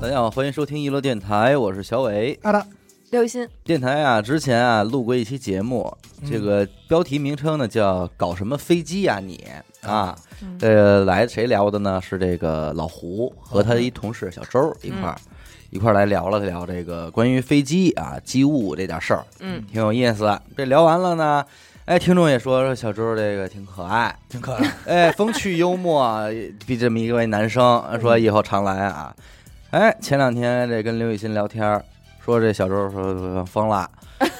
大家好，欢迎收听娱乐电台，我是小伟。阿达，刘雨欣，电台啊，之前啊录过一期节目，这个标题名称呢叫“搞什么飞机呀、你”啊，呃，来谁聊的呢？是这个老胡和他一同事小周一块儿、一块儿来聊了聊这个关于飞机啊机务这点事儿，嗯，挺有意思。啊这聊完了呢，哎，听众也说说小周这个挺可爱，挺可爱，哎，风趣幽默，比这么一位男生说以后常来啊。哎，前两天这跟刘雨欣聊天儿，说这小周说说疯了，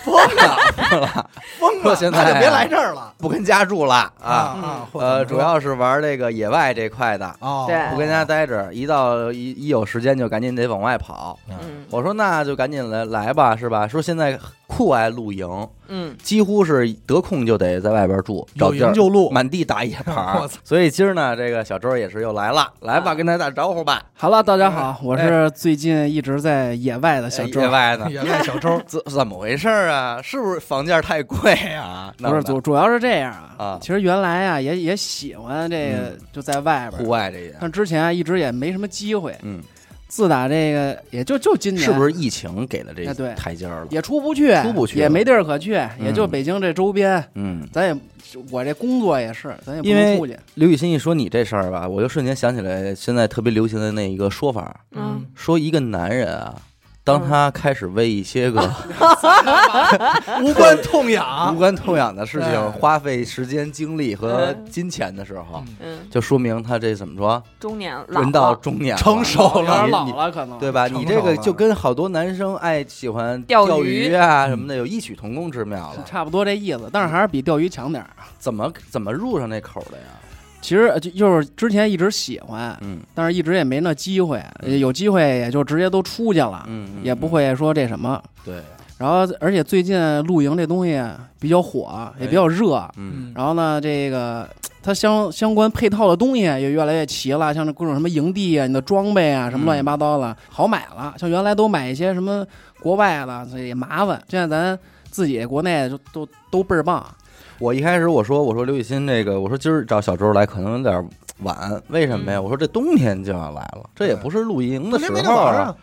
疯了，疯了， 疯说了，现在啊那就别来这儿了不跟家住了 啊啊。啊！或者呃，怎主么说要是玩这个野外这块的，哦，对不跟家待着，一到一一有时间就赶紧得往外跑。嗯我说那就赶紧来来吧，是吧？说现在酷爱露营，嗯，几乎是得空就得在外边住，找有地儿营就露，满地打野牌我儿操，所以今儿呢，这个小周也是又来了，来吧，啊跟大家打招呼吧。好了，大家好，我是最近一直在野外的小周哎野，外 呢，野外小周，怎怎么回事儿啊？是不是房价太贵啊？不是主主要是这样啊嗯啊。其实原来啊也也喜欢这个，就在外边户儿，外这些，但之前啊一直也没什么机会。嗯，自打这个也就就今年，是不是疫情给了这哎对台阶儿了？也出不去，出不去了也没地儿可去，也就北京这周边，嗯，咱也我这工作也是，咱也不因为能出去。刘雨欣一说你这事儿吧，我就瞬间想起来现在特别流行的那一个说法， 嗯，说一个男人啊，当嗯他开始为一些个嗯无关痛无痒，关痛痒的事哎情花费时间、精力和嗯金钱的时候，嗯嗯，就说明他这怎么说？中年老人到中年了成熟有了，点你老你了，可能对吧？成熟你这个了就跟好多男生爱喜欢钓钓鱼鱼啊嗯什么的有异曲同工之妙是了。差不多这意思，但是还是比钓鱼强点儿。啊怎么怎么入上那口的呀？其实呃就就是之前一直喜欢，嗯但是一直也没那机会，嗯有机会也就直接都出去啊了，嗯，也不会说这什么。对，然后，而且最近露营这东西啊比较火，也比较热。哎嗯然后呢，这个它相相关配套的东西也越来越齐了，像这各种什么营地啊、你的装备啊，什么乱七八糟了，好买了。像原来都买一些什么国外的，所以也麻烦。现在咱自己国内就都都倍儿棒。我一开始我说我说刘雨欣这个我说今儿找小周来可能有点晚，为什么呀？嗯我说这冬天就要来了，这也不是露营的没时没得候玩儿。啊。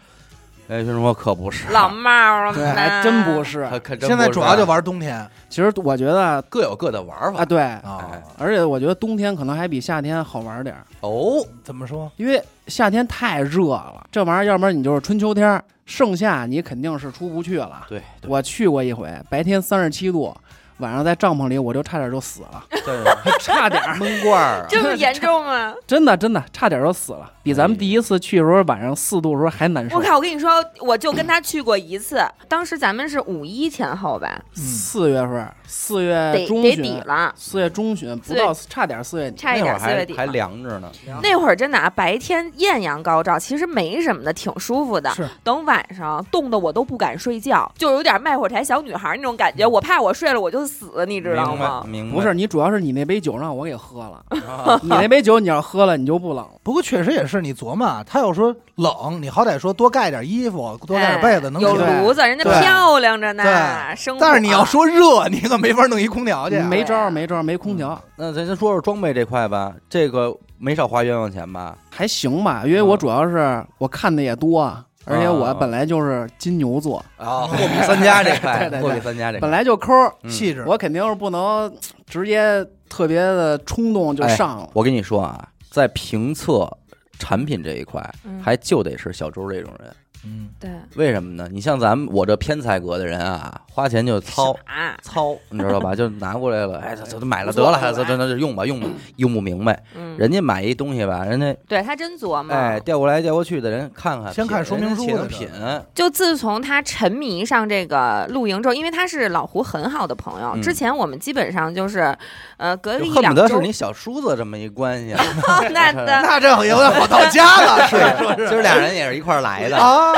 哎，徐说可不是，老帽了对，呢还真不是可。可真现在不是哎主要就玩冬天其实我觉得啊各有各的玩啊，法对，啊哎。而且我觉得冬天可能还比夏天好玩点儿。哦。怎么说？因为夏天太热了，这玩意儿，要不然你就是春秋天儿，盛夏你肯定是出不去了。 对，对我去过一回，白天三十七度，晚上在帐篷里我就差点就死了， 对，差点儿，闷罐儿啊，这么严重吗？真的真的差点就死了，比咱们第一次去的时候晚上四度的时候还难受我。靠！我跟你说，我就跟他去过一次，当时咱们是五一前后吧，嗯，四月份，四月得哎中得底旬，了，四月中旬不到，差点四月底。差一那会点儿四月还底了还凉着呢。那会儿真的啊，白天艳阳高照，其实没什么的，挺舒服的。是等晚上冻得我都不敢睡觉，就有点卖火柴小女孩那种感觉。我怕我睡了我就死，你知道吗？明白？明白不是你，主要是你那杯酒让我给喝了，啊 你那杯酒你要喝了你就不冷了。不过确实也是，你琢磨啊，他要说冷，你好歹说多盖点衣服，多盖点被子，能哎有起来对炉子，人家对漂亮着呢，对生活。但是你要说热，你可没法弄一空调去啊。没招儿，没招儿，没空调。那咱先说说装备这块吧，这个没少花冤枉钱 吧？还行吧，因为啊我主要是我看的也多，而且我本来就是金牛座，啊，货比三家这块哦对对，对货比三家这本块，来就抠，嗯细致，我肯定是不能直接特别的冲动就上了。我跟你说啊，在评测产品这一块，嗯还就得是小周这种人。嗯，对为什么呢？你像咱们我这偏财格的人啊，花钱就糙。啊，糙，你知道吧？就拿过来了，哎，这这都买了不错得了，这不错这这用吧，用吧，用不明白。嗯，人家买一东西吧，人家对他真琢磨。哎调过来调过去的人看看，先看品说明人家书且的能这品，就自从他沉迷上这个露营之后，因为他是老胡很好的朋友，嗯之前我们基本上就是，呃，隔个就一恨两不得周是，你小叔子这么一关系啊。 那的，那这有点好到家了，是啊说今是儿俩人也是一块儿来的啊，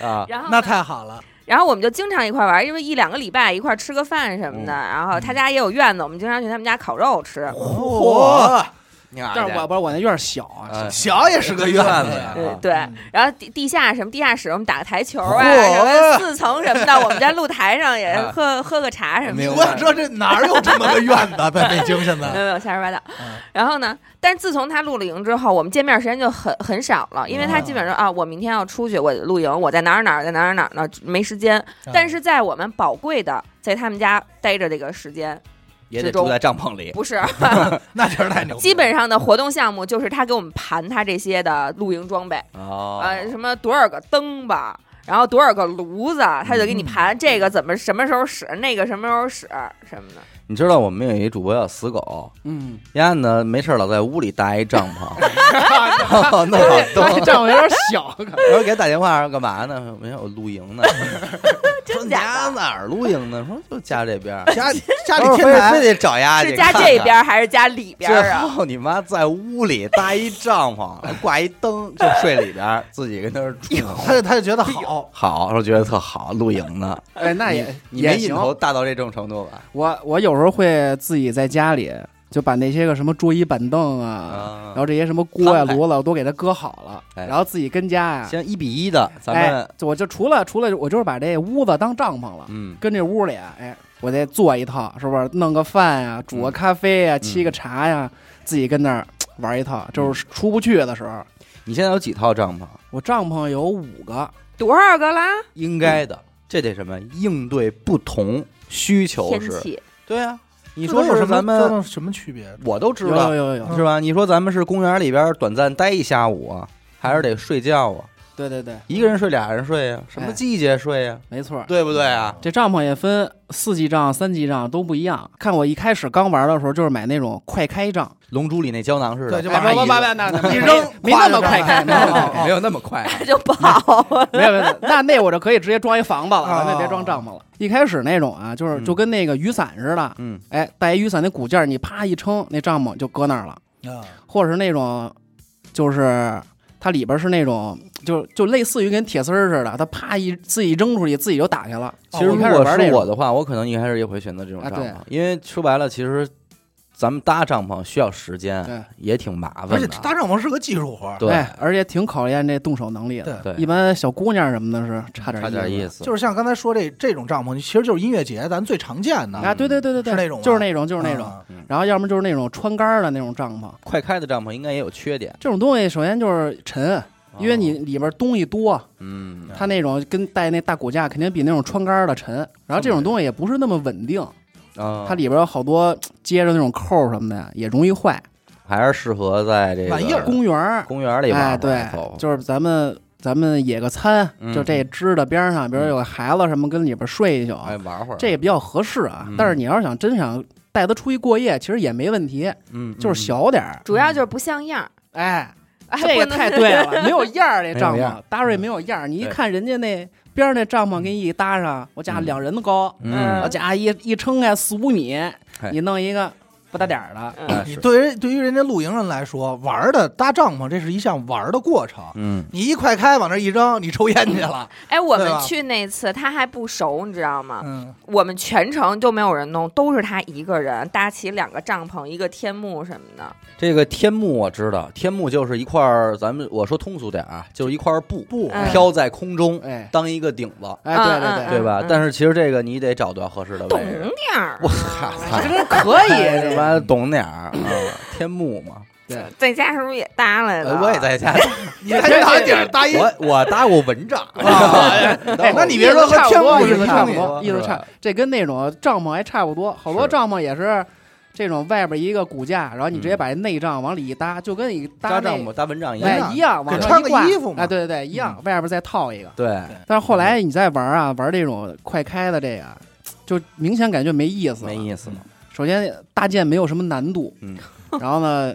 啊。然后那呢太 好了，然后我们就经常一块儿玩，因为一两个礼拜一块儿吃个嗯饭什么的。然后他家也有院子，我们经常去他们家烤肉吃。嚯，你哪儿去但是我不是我那院儿小啊哎，小也是个院子呀，对啊对嗯，然后地地下什么地下室，我们打个台球啊，嚯什么四层什么的，我们在露台上也 啊喝喝个茶什么明的。白我想知道这哪儿有这么个院子，在北京现没在有没有瞎说八道嗯，然后呢？但是自从他露了营之后，我们见面时间就很很少了，因为他嗯基本上啊，我明天要出去，我露营，我在哪儿哪儿，在哪儿哪儿呢，没时间。啊但是在我们宝贵的在他们家待着这个时间，也之得中住在帐篷里，不是那确实太牛逼了，基本上的活动项目，就是他给我们盘他这些的露营装备，哦，呃，什么多少个灯吧，然后多少个炉子，他就给你盘这个怎么什么时候使，那个什么时候使什么的。你知道我们有一主播叫死狗， 嗯，丫呢没事儿老在屋里搭一帐篷， 弄好但灯是。帐哎篷有点 小，可能我说给他打电话干嘛呢？没有我露营呢。说 真你假家的？哪儿露营呢？说就家这边儿，家家我里说天非台非得找丫是去家看啊这看边儿还是家里边儿最啊？后你妈在屋里搭一帐篷，挂一灯，就睡里边儿，自己跟那儿住。他就他就觉得好，好，说觉得特好，露营呢。哎，那也你没也瘾行。头大到这种程度吧？我我有时候会自己在家里就把那些个什么桌椅板凳啊，啊然后这些什么锅呀、摊开炉子啊我都给它搁好了，哎然后自己跟家呀，行，一比一的，咱啊哎们，我就除了除了我就是把这屋子当帐篷了，嗯，跟这屋里啊，哎，我再做一套，是不是？弄个饭呀、煮个咖啡呀、沏个茶呀、自己跟那儿嘖玩一套，就是出不去的时候，你现在有几套帐篷？我帐篷有五个，多少个啦？应该的，这得什么？应对不同需求天是。气对啊，你你说有是什么咱这们，都是什么区别？我都知有有道，有有有，是吧？你说咱们是公园里边短暂待一下午啊，还是得睡觉啊？对对对，一个人睡，俩人睡呀、什么哎季节睡呀、没错。对不对啊？这帐篷也分四季帐、三季帐都不一样。看我一开始刚玩的时候，就是买那种快开帐， 《龙珠》里那胶囊似的，对就哎往不上不不一那那一没扔没那夸就么快开，上没来有了哦没有那么快、啊。 就跑，没有没有，没有那那我就可以直接装一房子了，哦咱就别装帐篷了。一开始那种啊，就是啊嗯就跟那个雨伞似的，嗯，哎，带一雨伞那骨架儿，你啪一撑，那帐篷就搁那儿了。啊或者是那种，就是它里边是那种，就就类似于跟铁丝儿似的，它啪一自己扔出去，自己就打开了。哦其实如一开始果玩这是我种，的话，我可能一开始也会选择这种啊帐对篷，因为说白了，其实咱们搭帐篷需要时间，对，也挺麻而烦且的。搭帐篷是个技术活儿，哎对哎，而且挺考验这动手能力的。对，对，一般小姑娘什么的是差点差点意意思。思。就是像刚才说这这种帐篷，其实就是音乐节咱最常见的，啊，对对对对对，是那种吗就是那种，就是那种。啊然后要么就是那种穿杆儿的那种帐篷，快开的帐篷应该也有缺点，这种东西首先就是沉，因为你哦里边东西多，嗯它那种跟带那大骨架肯定比那种穿杆儿的沉。然后这种东西也不是那么稳定，啊，它里边有好多嘖接着那种扣儿什么的呀，也容易坏。还是适合在这玩意个儿公园儿，呃公园里玩哎，玩对走，走就是咱们咱们野个餐，嗯就这支的边儿上，比如有个孩子什么跟里边睡一宿，哎玩会儿，这也比较合适啊嗯。但是你要是想真想带他出去过夜，其实也没问题，嗯就是小点儿，主要就是不像样儿。哎，哎这个不能太对了，没有 样儿这帐没有篷样嗯搭出来没有样儿，你一对看人家那边儿那帐篷给你一搭上，我家嗯两人的高，嗯嗯我家一一撑开四五米，你弄一个不搭点儿的，哎嗯你是对于对于人家露营人来说，玩儿的搭帐篷这是一项玩儿的过程。嗯你一快开往那儿一扔，你抽烟去了。 哎，我对们吧去那次他还不熟，你知道吗？嗯，我们全程就没有人弄，都是他一个人搭起两个帐篷、一个天幕什么的。这个天幕我知道，天幕就是一块儿，咱们我说通俗点啊，就是一块儿布不，嗯飘在空中哎当一个顶子，哎，对对嗯对对吧嗯？但是其实这个你得找到合适的懂位置。点儿啊，我操，这真可以，他这妈懂点儿啊！天幕嘛，在家是不是也搭来了？呃我也。在家，你还拿顶儿搭一，我啊我搭过蚊 帐， 哎哦那你别说和天幕意似思的，差差不不多，多意思差是不吧多，这跟那种帐篷还差不多，好多是帐篷也是这种外边一个骨架，然后你直嗯接把内帐往里一搭，就跟你搭搭那帐篷搭蚊帐一哎样。一样，往给上穿一个挂衣服嘛嗯哎，对对对，一样，外边再套一个。对，但是后来你再玩啊，玩这种快开的这个，就明显感觉没意思了。没意思了。首先搭建没有什么难度，嗯， 然后呢，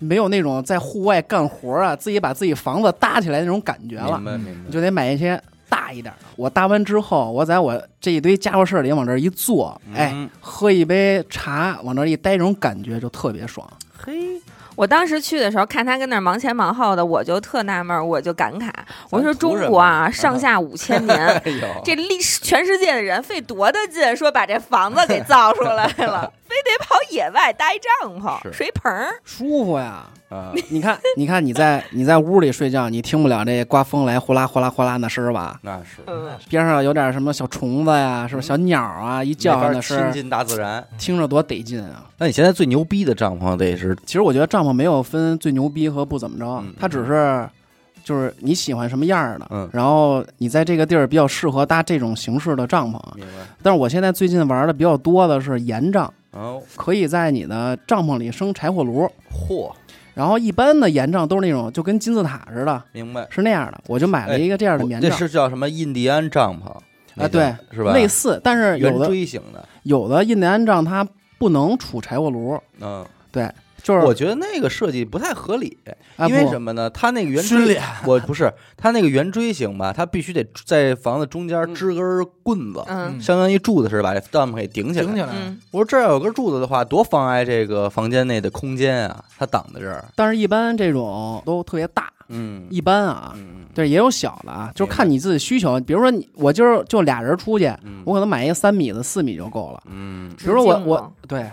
没有那种在户外干活啊，自己把自己房子搭起来那种感觉了明。白明你白。就得买一些大一点的。我搭完之后，我在我这一堆家伙事儿里往这儿一坐，哎，嗯，喝一杯茶，往这儿一待，这种感觉就特别爽。嘿，我当时去的时候，看他跟那儿忙前忙后的，我就特纳闷儿，我就感慨，我说中国啊，上下五千年， 哎呦，这历史全世界的人费多大劲，说把这房子给造出来了，非得跑野外搭一帐是篷、水棚儿，舒服呀！啊， 你看，你看你在你在屋里睡觉，你听不了这刮风来呼啦呼啦呼啦那声儿吧？那是嗯，边上有点什么小虫子呀，是不是小鸟啊？一叫嗯没唤法那声亲儿，近大自然。听着多得劲啊！那你现在最牛逼的帐篷得是其实我觉得帐篷没有分最牛逼和不怎么着嗯，它只是就是你喜欢什么样儿的，嗯然后你在这个地儿比较适合搭这种形式的帐篷。啊明白？但是我现在最近玩的比较多的是岩帐，哦，可以在你的帐篷里生柴火炉。嚯，然后一般的岩帐都是那种就跟金字塔似的，明白。是那样的。我就买了一个这样的棉哎这帐，是叫什么印第安帐篷那个啊，对，是吧？类似，但是有圆的锥形的，有的印第安帐它不能储柴火炉，嗯，对，就是我觉得那个设计不太合理，啊因为不什么呢？它那个圆熏锥，脸， 我不是它那个圆锥形吧，它必须得在房子中嗯间支根棍子，嗯相当于柱子似的，把这帐篷给顶起顶起来。来，嗯，我说这儿要有根柱子的话，多妨碍这个房间内的空间啊！它挡在这儿，但是一般这种都特别大，嗯一般啊，嗯对，也有小的啊，就是看明你自己需求。比如说你，我今儿就俩人出去，嗯我可能买一个三米的、四米就够了。嗯比如说我直径嘛我对，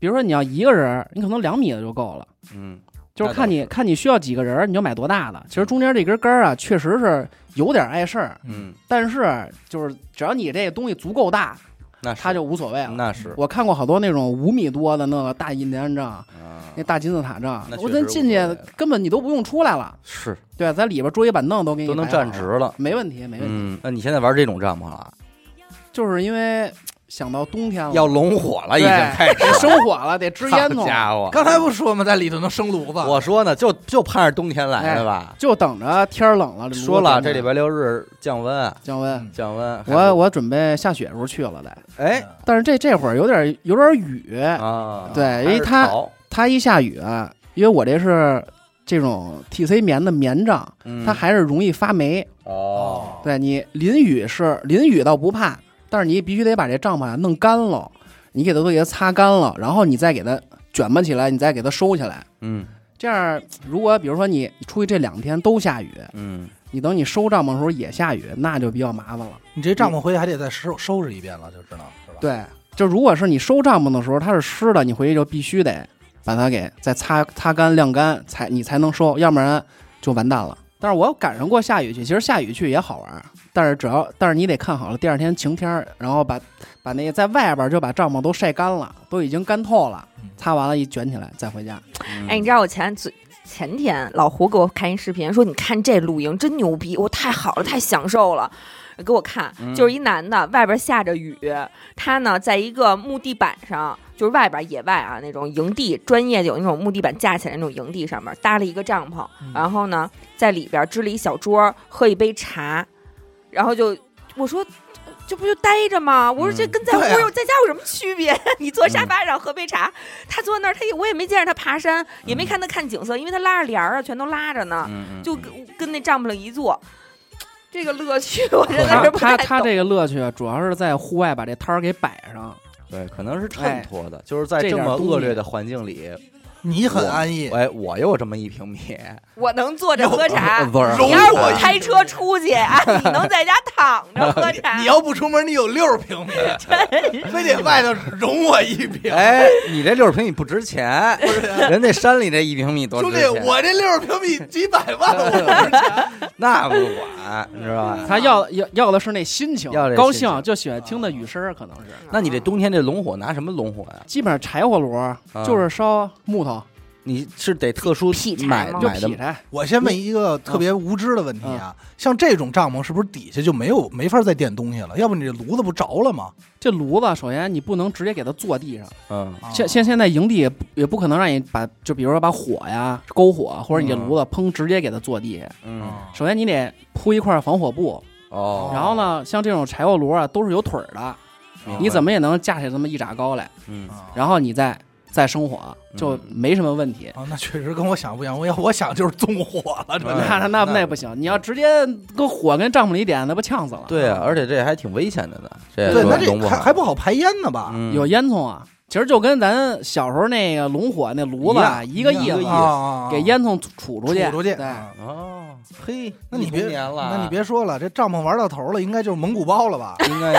比如说你要一个人儿，你可能两米的就够了。嗯，就是那倒看你是看你需要几个人儿，你就买多大的。其实中间这根杆儿啊，确实是有点碍事儿，嗯，但是就是只要你这个东西足够大，那是它就无所谓了。那是我看过好多那种五米多的那个大印第安帐，啊嗯那，大金字塔帐那，确我实真无所进去谓了根本你都不用出来了，是对，在里边桌椅板凳都给你都能摆好站直了，了。没问题，没问题。嗯，那你现在玩这种帐篷了，就是因为想到冬天了，要龙火了，已经嗯对开始得生火了，得支烟好囱，家伙，刚才不说吗？在里头能生炉子，我说呢，就就盼着冬天来的吧。就等着天儿冷了。炉子说了，点这着礼拜六日降温，降温，嗯降温。我我准备下雪时候去了得，哎但是这这会儿有点有点雨，啊，对因为还是它潮它一下雨啊，因为我这是这种 TC 棉的棉帐，嗯它还是容易发霉。哦，对你淋雨是淋雨倒不怕，但是你必须得把这帐篷啊弄干了，你给它都给它擦干了，然后你再给它卷吧起来，你再给它收起来。嗯这样，如果比如说你出去这两天都下雨，嗯，你等你收帐篷的时候也下雨，那就比较麻烦了。你这帐篷回去还得再收收拾一遍了，就知道了是吧？对，就如果是你收帐篷的时候它是湿的，你回去就必须得把它给再擦擦干晾干，才你才能收，要不然就完蛋了。但是我赶上过下雨去，其实下雨去也好玩儿，但是只要但是你得看好了，第二天晴天儿，然后把把那个在外边儿就把帐篷都晒干了，都已经干透了嗯，擦完了，一卷起来再回家。哎，你知道道我前昨前天老胡给我看一视频，说你看这露营真牛逼，我太好了，太享受了。给我看，嗯就是一男的，外边下着雨，他呢在一个木地板上，就是外边野外啊那种营地，专业有那种木地板架起来那种营地上面搭了一个帐篷，嗯然后呢在里边支了一小桌，喝一杯茶，然后就我说。这不就待着吗？我说这嗯跟在屋对啊嗯有在家有什么区别？ 你坐沙发上喝杯茶，他坐那儿，他也我也没见着他爬山，也没看他看景色，因为他拉着帘儿啊，全都拉着呢，嗯，就嗯跟跟那帐篷上一坐，这个乐趣我真的他是不太他懂。他这个乐趣主要是在户外把这摊儿给摆上，对，可能是衬哎托的，就是在这这点么东恶西劣的环境里，你很安逸，哎，我有这么一平米，我能坐着喝 茶，不是容你要是我我一开车出去啊，你能在家躺着喝茶。你要不出门，你有六十平 米，非得外头容我一平。哎，你这六十平米不值钱，人那山里这一平米多兄值弟，钱，嗯我这六十平米几百 万，我那不管，你知道吧？他要要要的是那心情，要这高心情兴就喜欢听的雨声儿，可能是。那你这冬天这龙火拿什么龙火呀？基本上柴火炉儿就是烧木头，你是得特殊劈柴买吗就啊买的劈柴。我先问一个特别无知的问题啊，嗯像这种帐篷是不是底下就没有没法再垫东西了？要不你这炉子不着了吗？这炉子首先你不能直接给它坐地上，嗯啊现现现在营地也不也不可能让你把就比如说把火呀篝火或者你这炉子砰直接给它坐地下，嗯首先你得铺一块防火布，哦，然后呢像这种柴火炉啊都是有腿儿的，你怎么么也能架起这么一拃高来，哦嗯啊然后你再再生火就没什么问题。啊，那确实跟我想不一样。我要我想就是纵火了，嗯真的。那那那那不行，你要直接跟火跟帐篷里点，那不呛死了？对啊，而且这还挺危险的呢，这对，那弄这还还不好排烟呢吧？嗯有烟囱啊，其实就跟咱小时候那个龙火那炉子啊一样一个意一个思意思啊，啊啊给烟囱杵出去，杵出去。对，啊哦，嘿，那你别一同年了，那你别说了，这帐篷玩到头了，应该就是蒙古包了吧？应该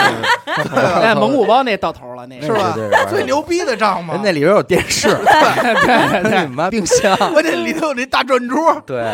是哎，蒙古包那到头了，那那个是吧绝对啊玩最牛逼的帐篷人，那里边有电 视，对对，你妈冰箱，我这里头有那大转桌，对。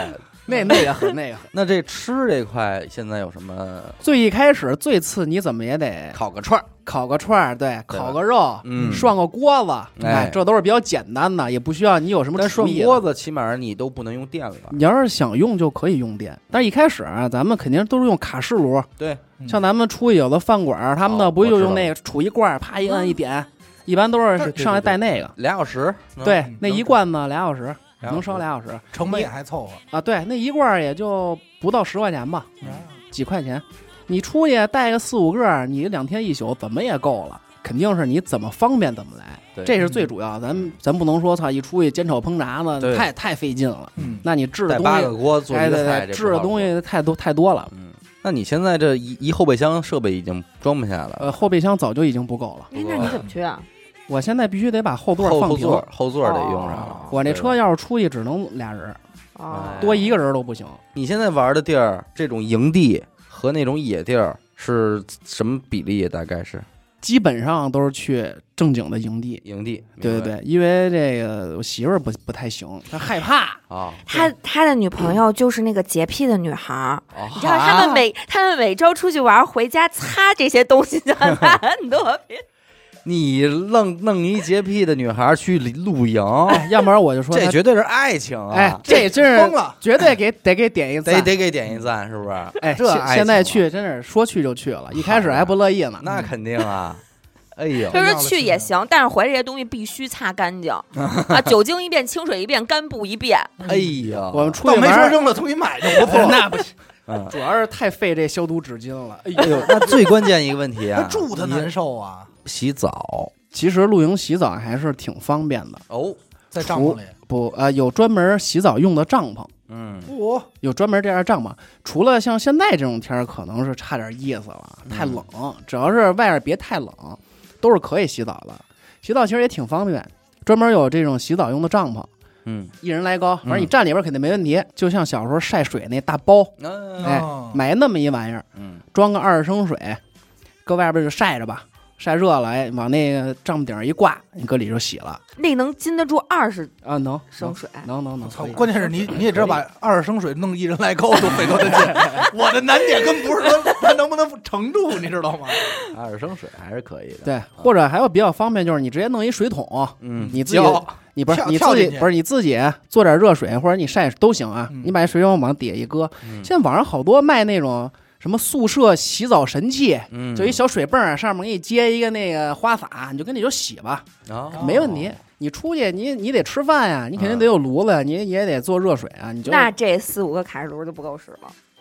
那那个很那个很。那这吃这块现在有什么最一开始最次，你怎么也得烤个串儿？烤个串儿，对，烤个肉，嗯涮个锅子，哎哎，这都是比较简单的，也不需要你有什么但厨涮艺。锅子起码你都不能用电了吧？你要是想用就可以用电，但是一开始啊，咱们肯定都是用卡式炉，对，嗯像咱们出去有的饭馆儿，他们哦那不我就知用道嗯那个杵一罐儿，啪一摁一点，一般都是对对上来对带那个。俩小时，对嗯，那能一烧罐子俩小时，俩能小时烧俩小时成本也还凑合。啊。对，那一罐儿也就不到十块钱吧，嗯几块钱。你出去带个四五个儿，你两天一宿怎么也够了。肯定是你怎么方便怎么来，对嗯这是最主要。咱们咱不能说操一出去煎炒烹炸对呢，太太费劲了。嗯，那你制带的东八个西，锅做哎一个对菜，这对，制的东不好西太多太多了说，。嗯，那你现在这一一后备箱设备已经装不下了，呃，后备箱早就已经不够了，哎，那你怎么去啊？我现在必须得把后座后放后平。座后座得用上了哦。我那对哎车吧，要是出去只能俩人，哦，多一个人都不行。你现在玩的地儿，这种营地和那种野地儿是什么比例？大概是基本上都是去正经的营地。营地，对明白对对，因为这个我媳妇儿不不太行，她害怕。啊，他他的女朋友就是那个洁癖的女孩儿，哦你知道他们每他们每周出去玩儿，回家擦这些东西就 很多遍。你弄弄一洁癖的女孩去露营，哎，要不然我就说这她绝对是爱情啊！哎，这真疯是了，绝对给得给点一得赞。得给点一赞，是不是？哎，这爱情现现啊在嗯去真是说去就去了，一开始还不乐意呢。那肯定啊！哎呦，就是去也行，但是回来这些东西必须擦干净 啊，酒精一遍，清水一遍，干布一遍。哎呦，我们出倒去没玩说儿，扔了，重新买就不错。那不行嗯，主要是太费这消毒纸巾了。哎哎呦，呦，那最关键一个问题那啊，住他难受啊，你洗澡其实露营洗澡还是挺方便的，哦，在帐篷里。不呃有专门洗澡用的帐篷。嗯，我有专门这样帐篷，除了像现在这种天儿，可能是差点意思了，太嗯冷。只要是外边别太冷，都是可以洗澡的。洗澡其实也挺方便，专门有这种洗澡用的帐篷，嗯，一人来高，反嗯正你站里边肯定没问题。就像小时候晒水那大包，那哎哦，买那么一玩意儿，嗯，装个二十升水，搁外边就晒着吧，晒热了，哎，往那个帐篷顶上一挂，你搁里就洗了那能禁得住二十啊，能升水？能哦能能操！能，关键是你你也知道把二十升水弄一人来高都费多大 劲。我的难点跟不是说他能不能承住，你知道吗？二十升水还是可以的，对，或者还有比较方便，就是你直接弄一水桶，嗯，你自己浇你不是跳你跳自进己去不是你自己做点热水或者你晒都行啊，嗯你把水往往底下一搁。嗯现在网上好多卖那种什么宿舍洗澡神器，嗯，就一小水泵，上面给你接一个那个花洒，你就跟里头洗吧，哦没问题。你出去你你得吃饭呀，你肯定得有炉子，你也得做热水啊，你就那这四五个卡式炉就不够使了。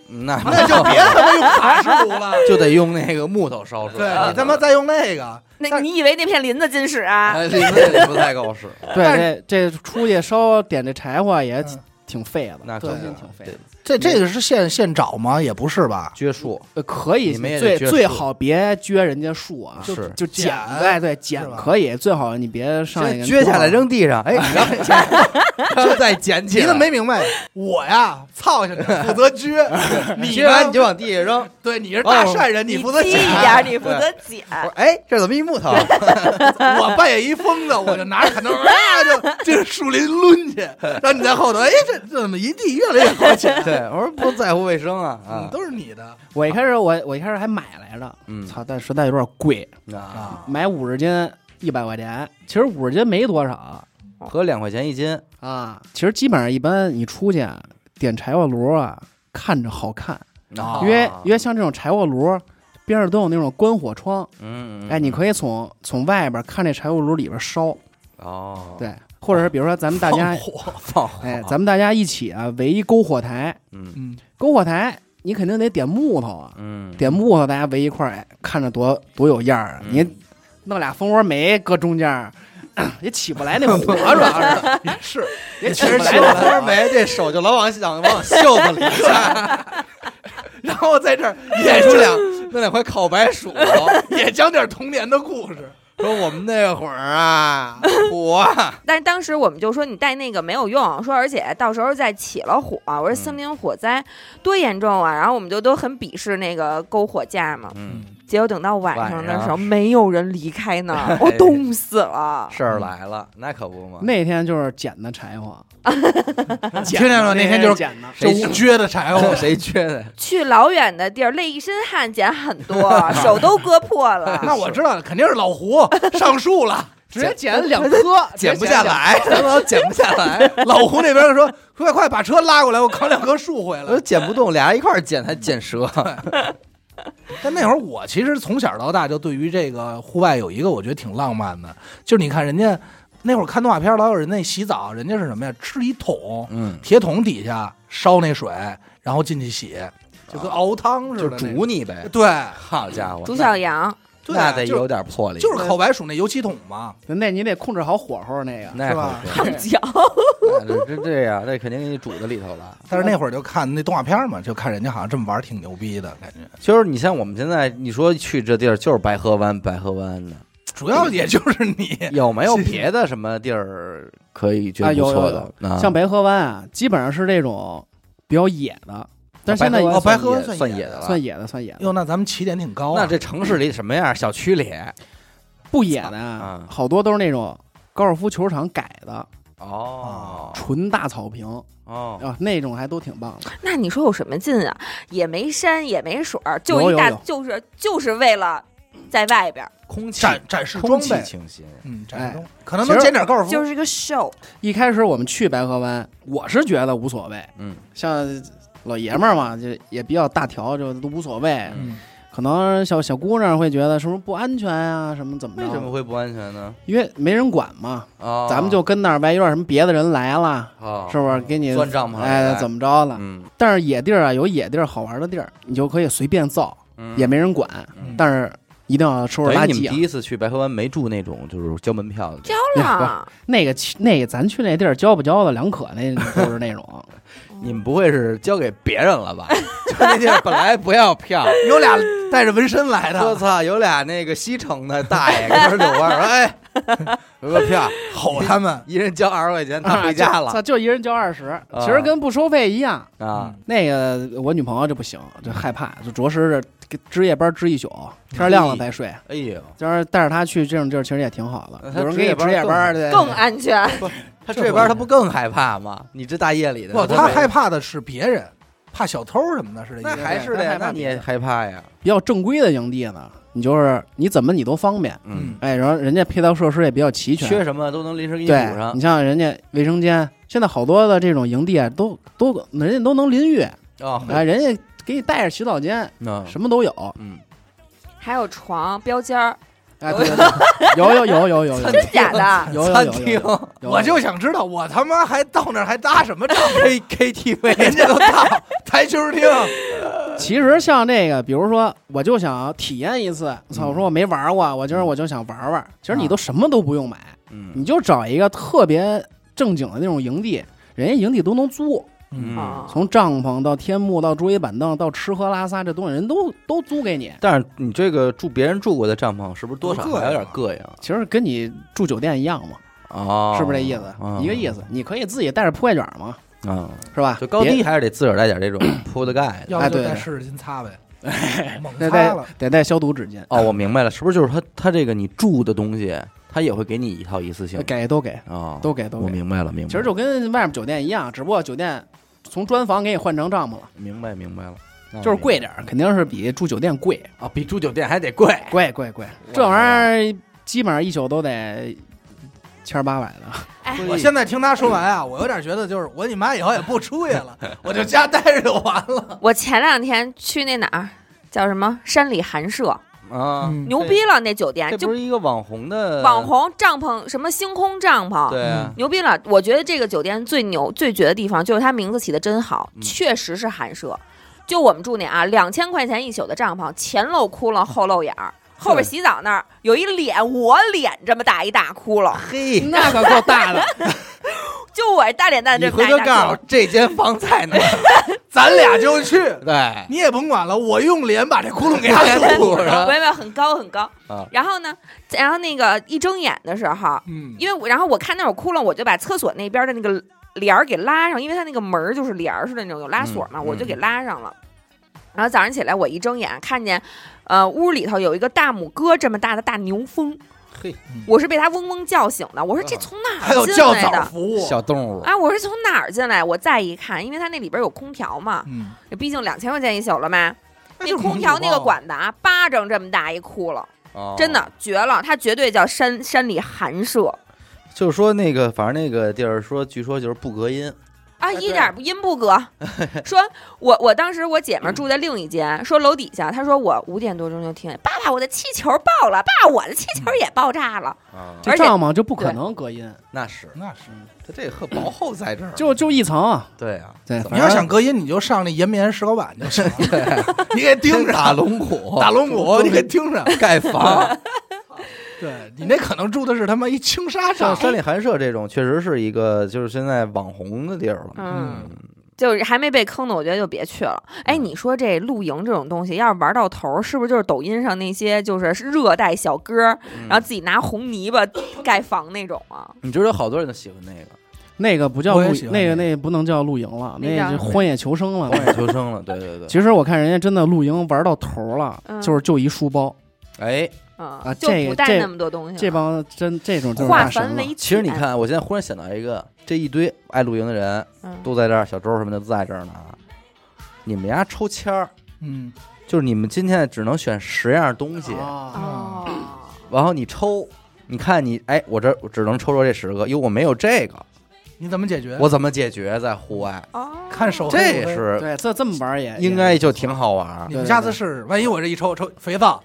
那那就别他妈用卡式炉了。 就得用那个木头烧出对来，你他妈再用那个，那但你以为那片林子禁使啊？哎，那不太够使，对这这出去烧点这柴火也嗯挺费的，那可对不挺费的对。这这个是现现找吗？也不是吧？撅树，呃，可以，你们也最得撅最树好别撅人家树啊，是就捡，捡哎，对，捡吧可以，最好你别上来先撅下来。扔地上，哎，然后 然后再捡起你来，怎么没明白？我呀，操下去负责撅， 你撅完呢你？就往哦地下扔。对，你是大善人，你负责低一捡。点儿，你负责捡。我说哎，这怎么一木头？我扮演一疯子，我就拿着砍刀，啊， 就这树林抡去，然后你在后头，哎，这这怎么一地越来越高 起来？ 对，我说不在乎卫生啊嗯啊，都是你的我一开始我我一开始还买来着，嗯操，但实在有点贵，啊，啊！买五十斤一百块钱，其实五十斤没多少合两块钱一斤，啊，其实基本上一般你出去啊点柴火炉啊，看着好看，哦啊因为因为像这种柴火炉。边上都有那种关火窗，嗯，嗯哎，你可以从从外边看这柴火炉里边烧，哦，，对，或者是比如说咱们大家放，火，放火，哎，咱们大家一起啊围一篝火台，嗯嗯，篝火台你肯定得点木头啊，嗯，点木头大家围一块儿，哎，看着多多有样儿啊！嗯你弄俩蜂窝煤搁中间儿， 也起不来那火，主要是哎也是，也 其起实不来手那头火。没，这手就老往想往袖子里夹， 然 后在这儿演出两弄两块烤白薯，也讲点童年的故事。说我们那会儿啊，火啊，但是当时我们就说你带那个没有用，说而且到时候再起了火，我说森林火灾多严重啊！然后我们就都很鄙视那个篝火架嘛。嗯，结果等到晚上哎的时候，晚上没有人离开呢，我冻死了。事儿来了，那可不嘛。那天就是捡的柴火，听见了吗？那天就是捡的，这谁，屋撅的柴火谁缺的？去老远的地儿，累一身汗，捡很 多，手都割破了。 那我知道了，肯定是 老胡上树了。 直接捡了两颗，减不下来， 咱们减不下来， 老胡那边就说：“快快把车拉过来，我 扛两棵树回 我都来。捡不动，俩人一块儿捡还捡蛇。”但那会儿我其实从小到大就对于这个户外有一个我觉得挺浪漫的，就是你看人家那会儿看动画片，老有人那洗澡，人家是什么呀？支一桶嗯，铁桶底下烧那水，然后进去洗，就跟熬汤似 就的那种，煮你呗。对好家伙，朱小阳，对，那得就是有点魄力，就是烤白薯那油漆桶嘛。那你得控制好火候那个。那是可吧不？烫脚， 那这这这样，这肯定给你煮在里头了。但是那会儿就看那动画片嘛，就看人家好像这么玩儿挺牛逼的感觉。就是你像我们现在，你说去这地儿就是白河湾，白河湾的，主要也就是你，有没有别的什么地儿可以觉得啊不有错有的？啊像白河湾啊，基本上是这种比较野的，但是现在啊白河湾哦白河湾算算野野的了，算野的，算野的。哟，那咱们起点挺高啊。那这城市里什么样？小区里不野的啊啊，好多都是那种高尔夫球场改的，哦纯大草坪哦，啊，那种还都挺棒的。那你说有什么劲啊？也没山，也没水儿，就有一有大有就是就是为了在外边儿，空气展展示哦空装气备，清新，嗯，展哎示装备可能能其实捡点高尔夫。就是个 show。一开始我们去白河湾，我是觉得无所谓，嗯，像老爷们儿嘛，就也比较大条，就都无所谓。嗯，可能小小姑娘会觉得是不是不安全啊，什么怎么着？为什么？会不安全呢？因为没人管嘛。啊，咱们就跟那儿，万一有点什么别的人来了，哦是不是给你钻帐篷哎怎么么着了？嗯但是野地儿啊，有野地儿好玩的地儿，你就可以随便造，嗯也没人管，嗯但是一定要收拾等垃于你圾们啊第。一次去白河湾没住那种就是交门票的地交儿，了，那个去那个，咱去那地儿交不交的两可，那都是 那种你们不会是交给别人了吧？ 就那地儿本来不要票，有俩带着纹身来我的，操，有俩那个西城的大爷跟那儿遛弯儿，说哎，有个票，吼他们。 一人交二十块钱，他回家啊了就就一人交二十，其实跟不收费一样。嗯啊。那个我女朋友就不行，就害怕，就着实是值夜班值一宿，天亮了 才睡。哎呦，就是带着她去这种地儿，其实也挺好的 那。她有人给你值夜班的，更安全。他这边他不更害怕吗？你这大夜里的，不，都他没害怕的是别人，怕小偷什么的，是这那意思。还嗯是的呀，他害怕那你也害怕呀？比较正规的营地呢，你就是你怎么你都方便，嗯，哎，然后人家配套设施也比较齐全，缺什么都能临时给你补对，上你像人家卫生间，现在好多的这种营地啊，都都人家都能淋浴，哦哎，人家给你带着洗澡间，那什么都 有，嗯，还有床标间儿，哎，对对对有有有有有有真哎的假的？有有餐有有厅有，有我就想知道，我他妈还到那儿还搭什么帐 K K T V 人家都到台球厅，其实像这个，比如说，我就想体验一次，我操，嗯我说我没玩过，我今儿我就想玩玩。其实你都什么都不用买，嗯你就找一个特别正经的那种营地，人家营地都能租，嗯。啊，从帐篷到天幕到桌椅板凳到吃喝拉撒这东西，人都都租给你。但是你这个住别人住过的帐篷，是不是多少还有点膈应其实跟你住酒店一样嘛，哦，是不是这意思？嗯一个意思，你可以自己带着铺盖卷嘛，啊？是吧？ 就高别低还是得自个儿带点 这种铺的盖的。要不哎就对带对湿纸巾擦呗，猛 得擦带了。得带消毒纸巾，哦，我明白了，是不是就是他他这个你住的东西，他也会给你一套一次性的给都给哦，都给都我给。明白了，明白了。其实就跟外面酒店一样，只不过酒店从砖房给你换成帐篷了。明白明白了，那我就是贵明点儿，肯定是比住酒店贵，白啊，比住酒店还得贵。贵贵贵。这玩意儿基本上一宿都得千儿八百 的，我现在听他说完啊，我有点觉得就是我你妈以后也不出去 了，我就家待着就完了。我前两天去那哪儿叫什么山里寒舍，啊，牛逼了那酒哎店，这就不是一个网红的网红帐篷，什么星空帐篷，对嗯啊，牛逼了！我觉得这个酒店最牛、最绝的地方就是它名字起的真好，嗯确实是寒舍。就我们住那啊，两千块钱一宿的帐篷，前露窟窿后露眼 儿，后边洗澡那儿有一脸，我脸这么大一大窟 窿，嘿，那可够大的。就我这大脸蛋你这么回大一头大窟告窿 诉我，这间房在哪儿？咱俩就去。对，你也甭管了，我用脸把这窟窿给它 堵上。没有没有，很高很高啊。然后呢，然后那个一睁眼的时候，嗯，因为我然后我看那有窟窿，我就把厕所那边的那个帘儿给拉上，因为它那个门儿就是帘儿似的那种有拉锁嘛，嗯我就给拉上了。然后早上起来，我一睁眼看见，呃，屋里头有一个大拇哥这么大的大牛蜂，嘿，我是被它嗡嗡叫醒的。我说这从哪还儿有进较来早的？服务。小动物，哎啊，我是从哪儿进来？我再一看，因为它那里边有空调嘛，嗯，毕竟两千块钱一宿了嘛。那那就是空调那个恐怖管子啊，巴掌这么大一窟窿，哦真的绝了，它绝对叫山山里寒舍。就是说那个，反正那个地儿说，据说就是不隔音，啊，一点儿不阴不 隔。说我我当时我姐们儿住在另一间，说楼底下，她说我五点多钟就听见，爸爸我的气球爆了，爸我的气球也爆炸了。啊， 这而且帐嗯篷就不可能隔音，那是那是。它这个 薄厚在这儿，就就一层啊。对啊，对，怎啊么你要想隔音，你就上那延绵石膏板就行了，你给盯 着打龙啊骨，打龙骨，你给盯着。盖 房，对你那可能住的是他妈一轻纱像帐，山里寒舍这种，确实是一个就是现在网红的地儿了。嗯，就是还没被坑的，我觉得就别去了。嗯哎，你说这露营这种东西，要是玩到头儿，是不是就是抖音上那些就是热带小哥儿，然嗯后自己拿红泥巴盖房那种啊？你知道好多人都喜欢那个那个不叫我也露喜，欢那个那那个不能叫露营了，那叫那是荒野求 生了。荒野求生了，对对对，嗯其实我看人家真的露营玩到头了嗯，就是就一书包，哎，嗯啊，就这不个带这那么多东西了。这帮真这种就是化大神繁了。为简。其实你看，我现在忽然想到一个，这一堆爱露营的人嗯，都在这儿，小周什么的都在这儿呢啊。你们家抽签儿，嗯，就是你们今天只能选十样东西，啊哦，然后你抽，你看你，哎，我这我只能抽出这十个，因为我没有这个，你怎么解决？我怎么解决在户外？哦，看手这也是对，这这么玩也应该就挺好啊玩儿你。们下次试试，万一我这一抽抽肥 皂，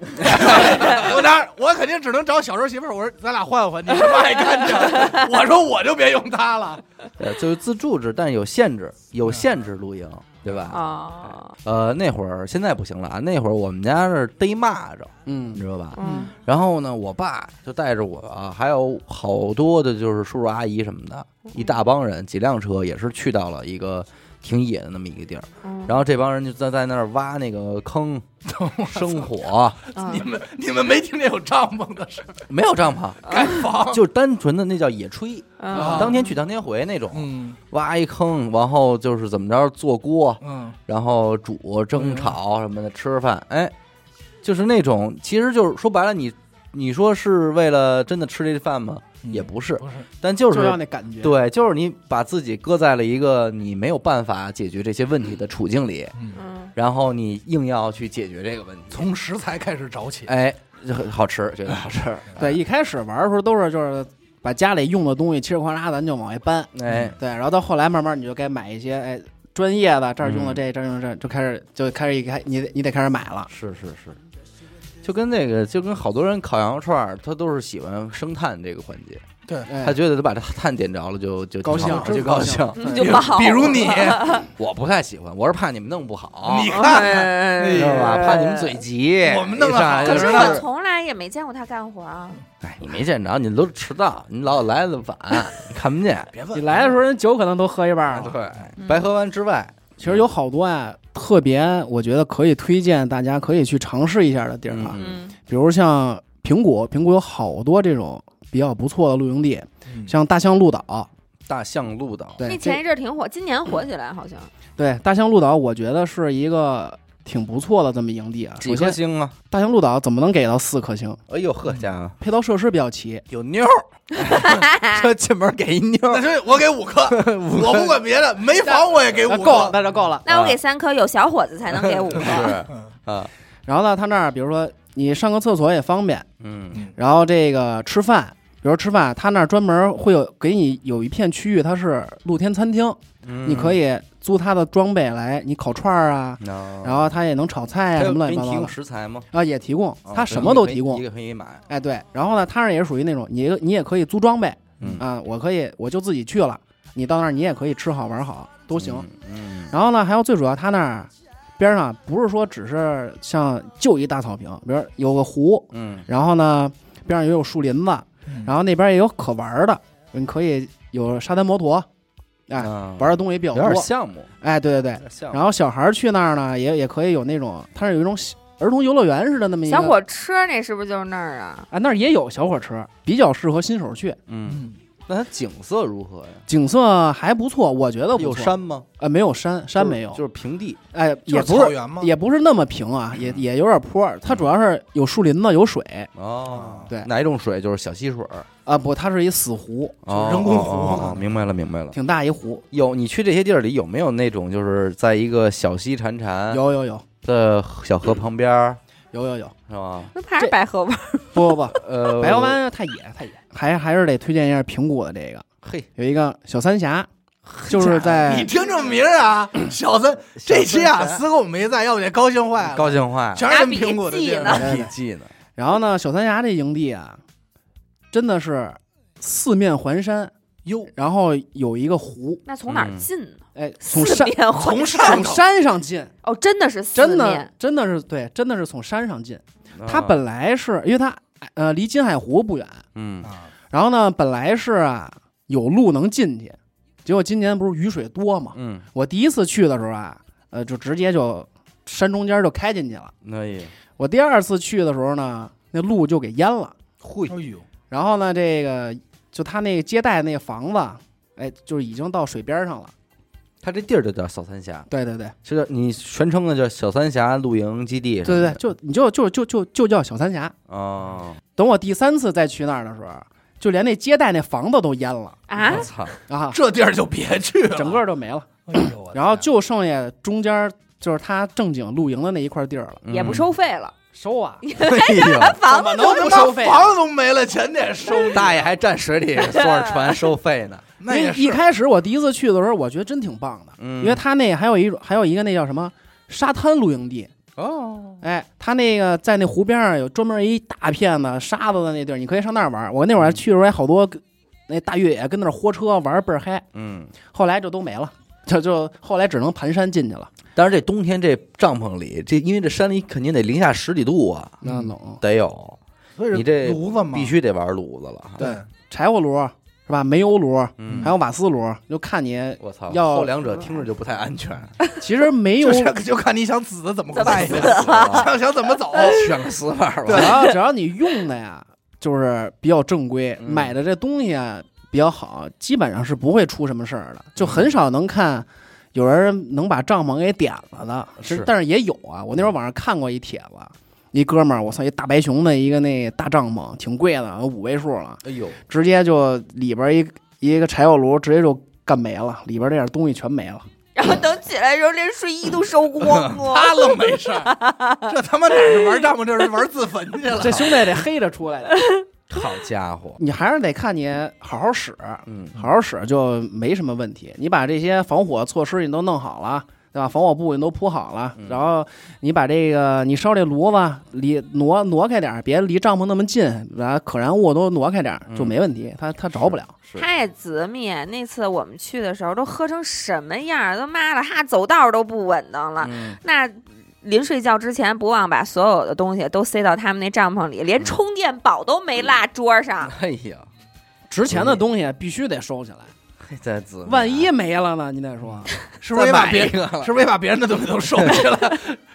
我当然我肯定只能找小时候媳妇儿。我说咱俩换换，你是不爱干净， 我说我就别用它了。呃，就是自助制，但有限制，有限制露营，对吧？啊哦，呃，那会儿现在不行了啊，那会儿我们家是逮蚂蚱，你嗯知道吧？嗯然后呢，我爸就带着我啊，还有好多的就是叔叔阿姨什么的，嗯一大帮人，几辆车也是去到了一个挺野的那么一个地儿。嗯，然后这帮人就在在那儿挖那个 坑、生火，嗯你们你们没听见有帐篷的 事儿？没有帐篷，盖房，就是单纯的那叫野炊，嗯啊当天去当天回那种。嗯挖一坑，然后就是怎么着做锅，嗯，然后煮、嗯蒸、炒什么的吃饭，哎，就是那种，其实就是说白了，你你说是为了真的吃这饭吗？嗯也不是，不是，但就就是要那感觉。对，就是你把自己搁在了一个你没有办法解决这些问题的处境里，嗯， 嗯然后你硬要去解决这个问题，从食材开始找起。哎，就很好吃，觉得好吃，对，一开始玩的时候都是就是把家里用的东西嘁哩哗啦咱就往外搬，哎，对，然后到后来慢慢你就该买一些哎专业的，这儿用的这，这儿用的这，就开始就开始一开你得你得开始买了。是是是，就跟那个就跟好多人烤羊肉串儿，他都是喜欢生炭这个环节，对，哎他觉得他把这炭点着了就就挺高兴好真就高高兴兴。嗯 比就如不好。比 如你，我不太喜欢，我是怕你们弄不好，哎你看，知知道吧？怕你们嘴急，我们弄一得上来就好可就是是我从来也没见过他干活啊。哎，你没见着，你都是迟到，你老来的晚，你看 不见。别问你来的时候人酒可能都喝一半了。啊对，白河湾之外，其实有好多呀，特别我觉得可以推荐大家可以去尝试一下的地儿啊，嗯嗯比如像苹果，苹果有好多这种比较不错的露营地，嗯像大象鹿岛。大象鹿岛，对，那这前一阵儿挺火，今年火起来好像。对，大象鹿岛，我觉得是一个挺不错的这么营地啊。几首颗先，星啊？大象鹿岛怎么能给到四颗星？哎呦呵家伙，配套设施比较齐，嗯有妞儿，啊 说进门给一妞那儿，是我给五颗，我不管别的，没房我也给那五够了，颗。那就够了。那我给三颗，有小伙子才能给五 颗。是啊，然后呢，他那儿比如说你上个厕所也方便，嗯然后这个吃饭，比如吃饭，他那儿专门会有给你有一片区域，它是露天餐厅，嗯你可，以租他的装备来，你烤串儿啊，然然后他也能炒菜啊，哦他什么乱给七你提八糟的供食材吗？啊，也提供，他哦什么都提一供。个可以买，哎，对，然后呢，他那儿也是属于那种你你也可以租装备。嗯啊，我可以，我就自己去了。你到那儿你也可以吃好玩好都行。嗯，嗯，然后呢，还有最主要，他那儿边上不是说只是像就一大草坪，比如有个湖，嗯，然后呢边上也有树林子，然后那边也有可玩的，你可以有沙滩摩托，哎，嗯玩的东西比较有多点，项目，哎，对对对有。点项目然后小孩儿去那儿呢，也也可以有那种，它是有一种小儿童游乐园似的那么一个小火车那是不是就是那儿啊？啊，那儿也有小火车，比较适合新手去，嗯，嗯，那它景色如何呀？景色还不错，我觉得不错有山吗？呃，没有山，山就是没有就，是平地。哎，就也是不草是原吗？也不是那么平啊，嗯也也有点坡儿，它主要是有树林子，有水哦对哪一种水就是小溪水儿，啊，不，它是一死湖，哦人工湖哦哦哦明白了，明白了。挺大一湖，有你去这些地儿里有没有那种就是在一个小溪潺潺有有有的小河旁边 儿有有有，是吧？那怕是这百合吧？不 不不，呃，白腰湾太野太野，还还是得推荐一下平谷的这个，嘿，有一个小三峡，就是你在听这名儿啊，小子，这期啊，死狗没在，要不得高兴坏了，高兴坏全了，是人苹果的地拿儿。对啊笔对记呢，然后呢，小三峡这营地啊，真的是四面环山，哟，然后有一个湖，那从哪儿嗯进呢？哎，从四山面环从从上头山上进，哦，真的是四真的面，真的是对，真的是从山上进。它啊本来是因为它呃离金海湖不远，嗯啊然后呢本来是啊有路能进去，结果今年不是雨水多嘛，嗯，我第一次去的时候啊，呃就直接就山中间就开进去了。那也我第二次去的时候呢，那路就给淹了，会，哎呦，然后呢这个就他那个接待那个房子，哎就是已经到水边上了。它这地儿就叫小三峡，对对对这叫你全称呢叫小三峡露营基地，对对对，，就你就就就就就叫小三峡。哦，等我第三次再去那儿的时候，啊就连那接待那房子都淹了啊我！操，啊，这地儿就别去了，整个都没了。哎呦，我的然后天就剩下中间就是他正经露营的那一块地儿了。也不嗯，收费了，收 啊，哎呦 房怎么子他能不妈收费啊？房子都没了，钱得收，大爷还站水里坐着船收费呢，那那也一是开始我第一次去的时候，我觉得真挺棒的，嗯，因为他那还有一种还有一个那叫什么沙滩露营地。哦，嗯哎，他那个在那湖边上有专门一大片的沙子的那地儿，你可以上那儿玩。我那会儿去的时候还好多那大越野跟那儿豁车玩儿倍儿嗨，嗯，后来就都没了，就就后来只能盘山进去了。但是这冬天这帐篷里，这因为这山里肯定得零下十几度啊，那嗯冷。得有，所以是你这炉子嘛，必须得玩炉子了，对，柴火炉是吧？煤油炉，嗯还有瓦斯炉，就看你。我操，要后两者听着就不太安全，其实煤油就，是就看你想死得怎么怎么快，死 想想怎么走， 选个死法只吧，要只要你用的呀，就是比较正规，嗯买的这东西啊比较好，基本上是不会出什么事儿的，就嗯很少能看。有人能把帐篷给点了的，是但是也有啊。我那会儿网上看过一帖子，一哥们儿，我操，一大白熊的一个那大帐篷，挺贵的，五位数了，哎呦，直接就里边一一个柴火炉，直接就干没了，里边这点东西全没了。然后等起来的时候连睡衣都收光了。塌了没事儿，这他妈哪是玩帐篷，这是玩自焚去了。这兄弟得黑着出来的。好家伙，你还是得看你好好使，嗯，好好使就没什么问题。你把这些防火措施你都弄好了，对吧？防火布你都铺好了，嗯然后你把这个你烧这炉子离挪挪开点儿，别离帐篷那么近，把可燃物都挪开点儿，嗯就没问题。他他着不了。是太紫密，那次我们去的时候都喝成什么样儿，都妈的哈，走道儿都不稳当了。嗯那临睡觉之前，不忘把所有的东西都塞到他们那帐篷里，连充电宝都没落桌上。哎呀，值钱的东西必须得收起来，嘿在子，啊万一没了呢？你得说，是不是也把再买别一个了是不是也把别人的东西都收去了？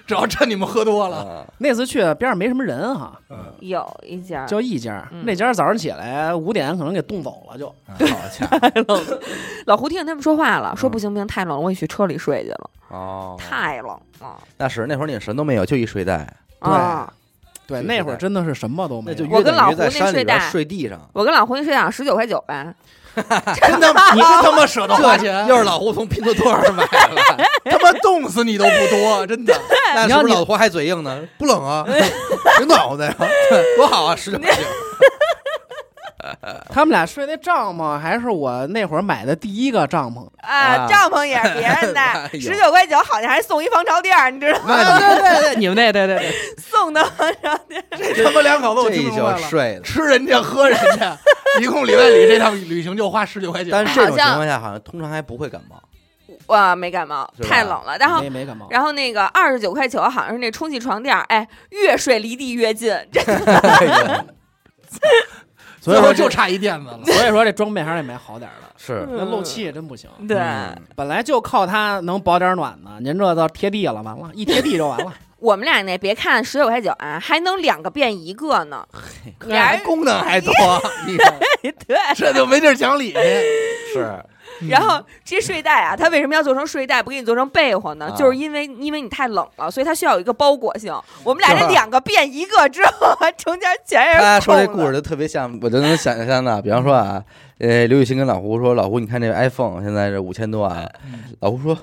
主要趁你们喝多了，啊那次去边上没什么人哈，有一家哎儿，就一家，嗯那家早上起来五点可能给冻走了就。好家伙，老胡听他们说话了，说不行不行，太冷了，我得去车里睡去了，哦，太冷了那是那会儿你什么都没有，就一睡袋，对啊！对，是那是会儿的真的是什么都没那有。就我约跟等老于在胡那山里睡边袋睡地上。我跟老胡一睡觉十九块九呗，啊真他 妈你真他妈舍得花钱，要是老胡从拼多多上买了，他妈冻死你都不多，真的那是不是老胡还嘴硬呢？不冷啊，挺暖和的呀。多好啊， 十九块九。他们俩睡那帐篷还是我那会儿买的第一个帐篷，啊啊，帐篷也是别人哎的，呦十九块九好像还送一防潮垫儿，你知道吗？ 对对对，你们那对对对，送的防潮垫儿，这哎他妈两口子我这听一明白宿了，睡的。吃人家喝人家，一共里外里这趟旅行就花十九块钱。但是这好种情像况下，好像通常还不会感冒。 我没感冒是，吧太冷了。然后没没感冒。然后那个二十九块九好像是那充气床垫儿，哎，越睡离地越近，这所以最说后就差一垫子 了。所以说这装备还是得买好点儿的，是那漏气也真不行。对，嗯本来就靠它能保点儿暖呢，您这到贴地了，完了，一贴地就完了。我们俩那别看十九块九啊，还能两个变一个呢。俩人功能 还多，你 对，这就没地儿讲理。 是，然后这睡袋啊，它为什么要做成睡袋，不给你做成被窝呢？啊就是因为因为你太冷了，所以它需要有一个包裹性。我们俩是这吧两个变一个之后， 中间全是他说这空故的事就特别像，我就能想象到，比方说啊，呃，刘雨欣跟老胡说，老胡你看这 iPhone 现在这五千多啊，嗯老胡说，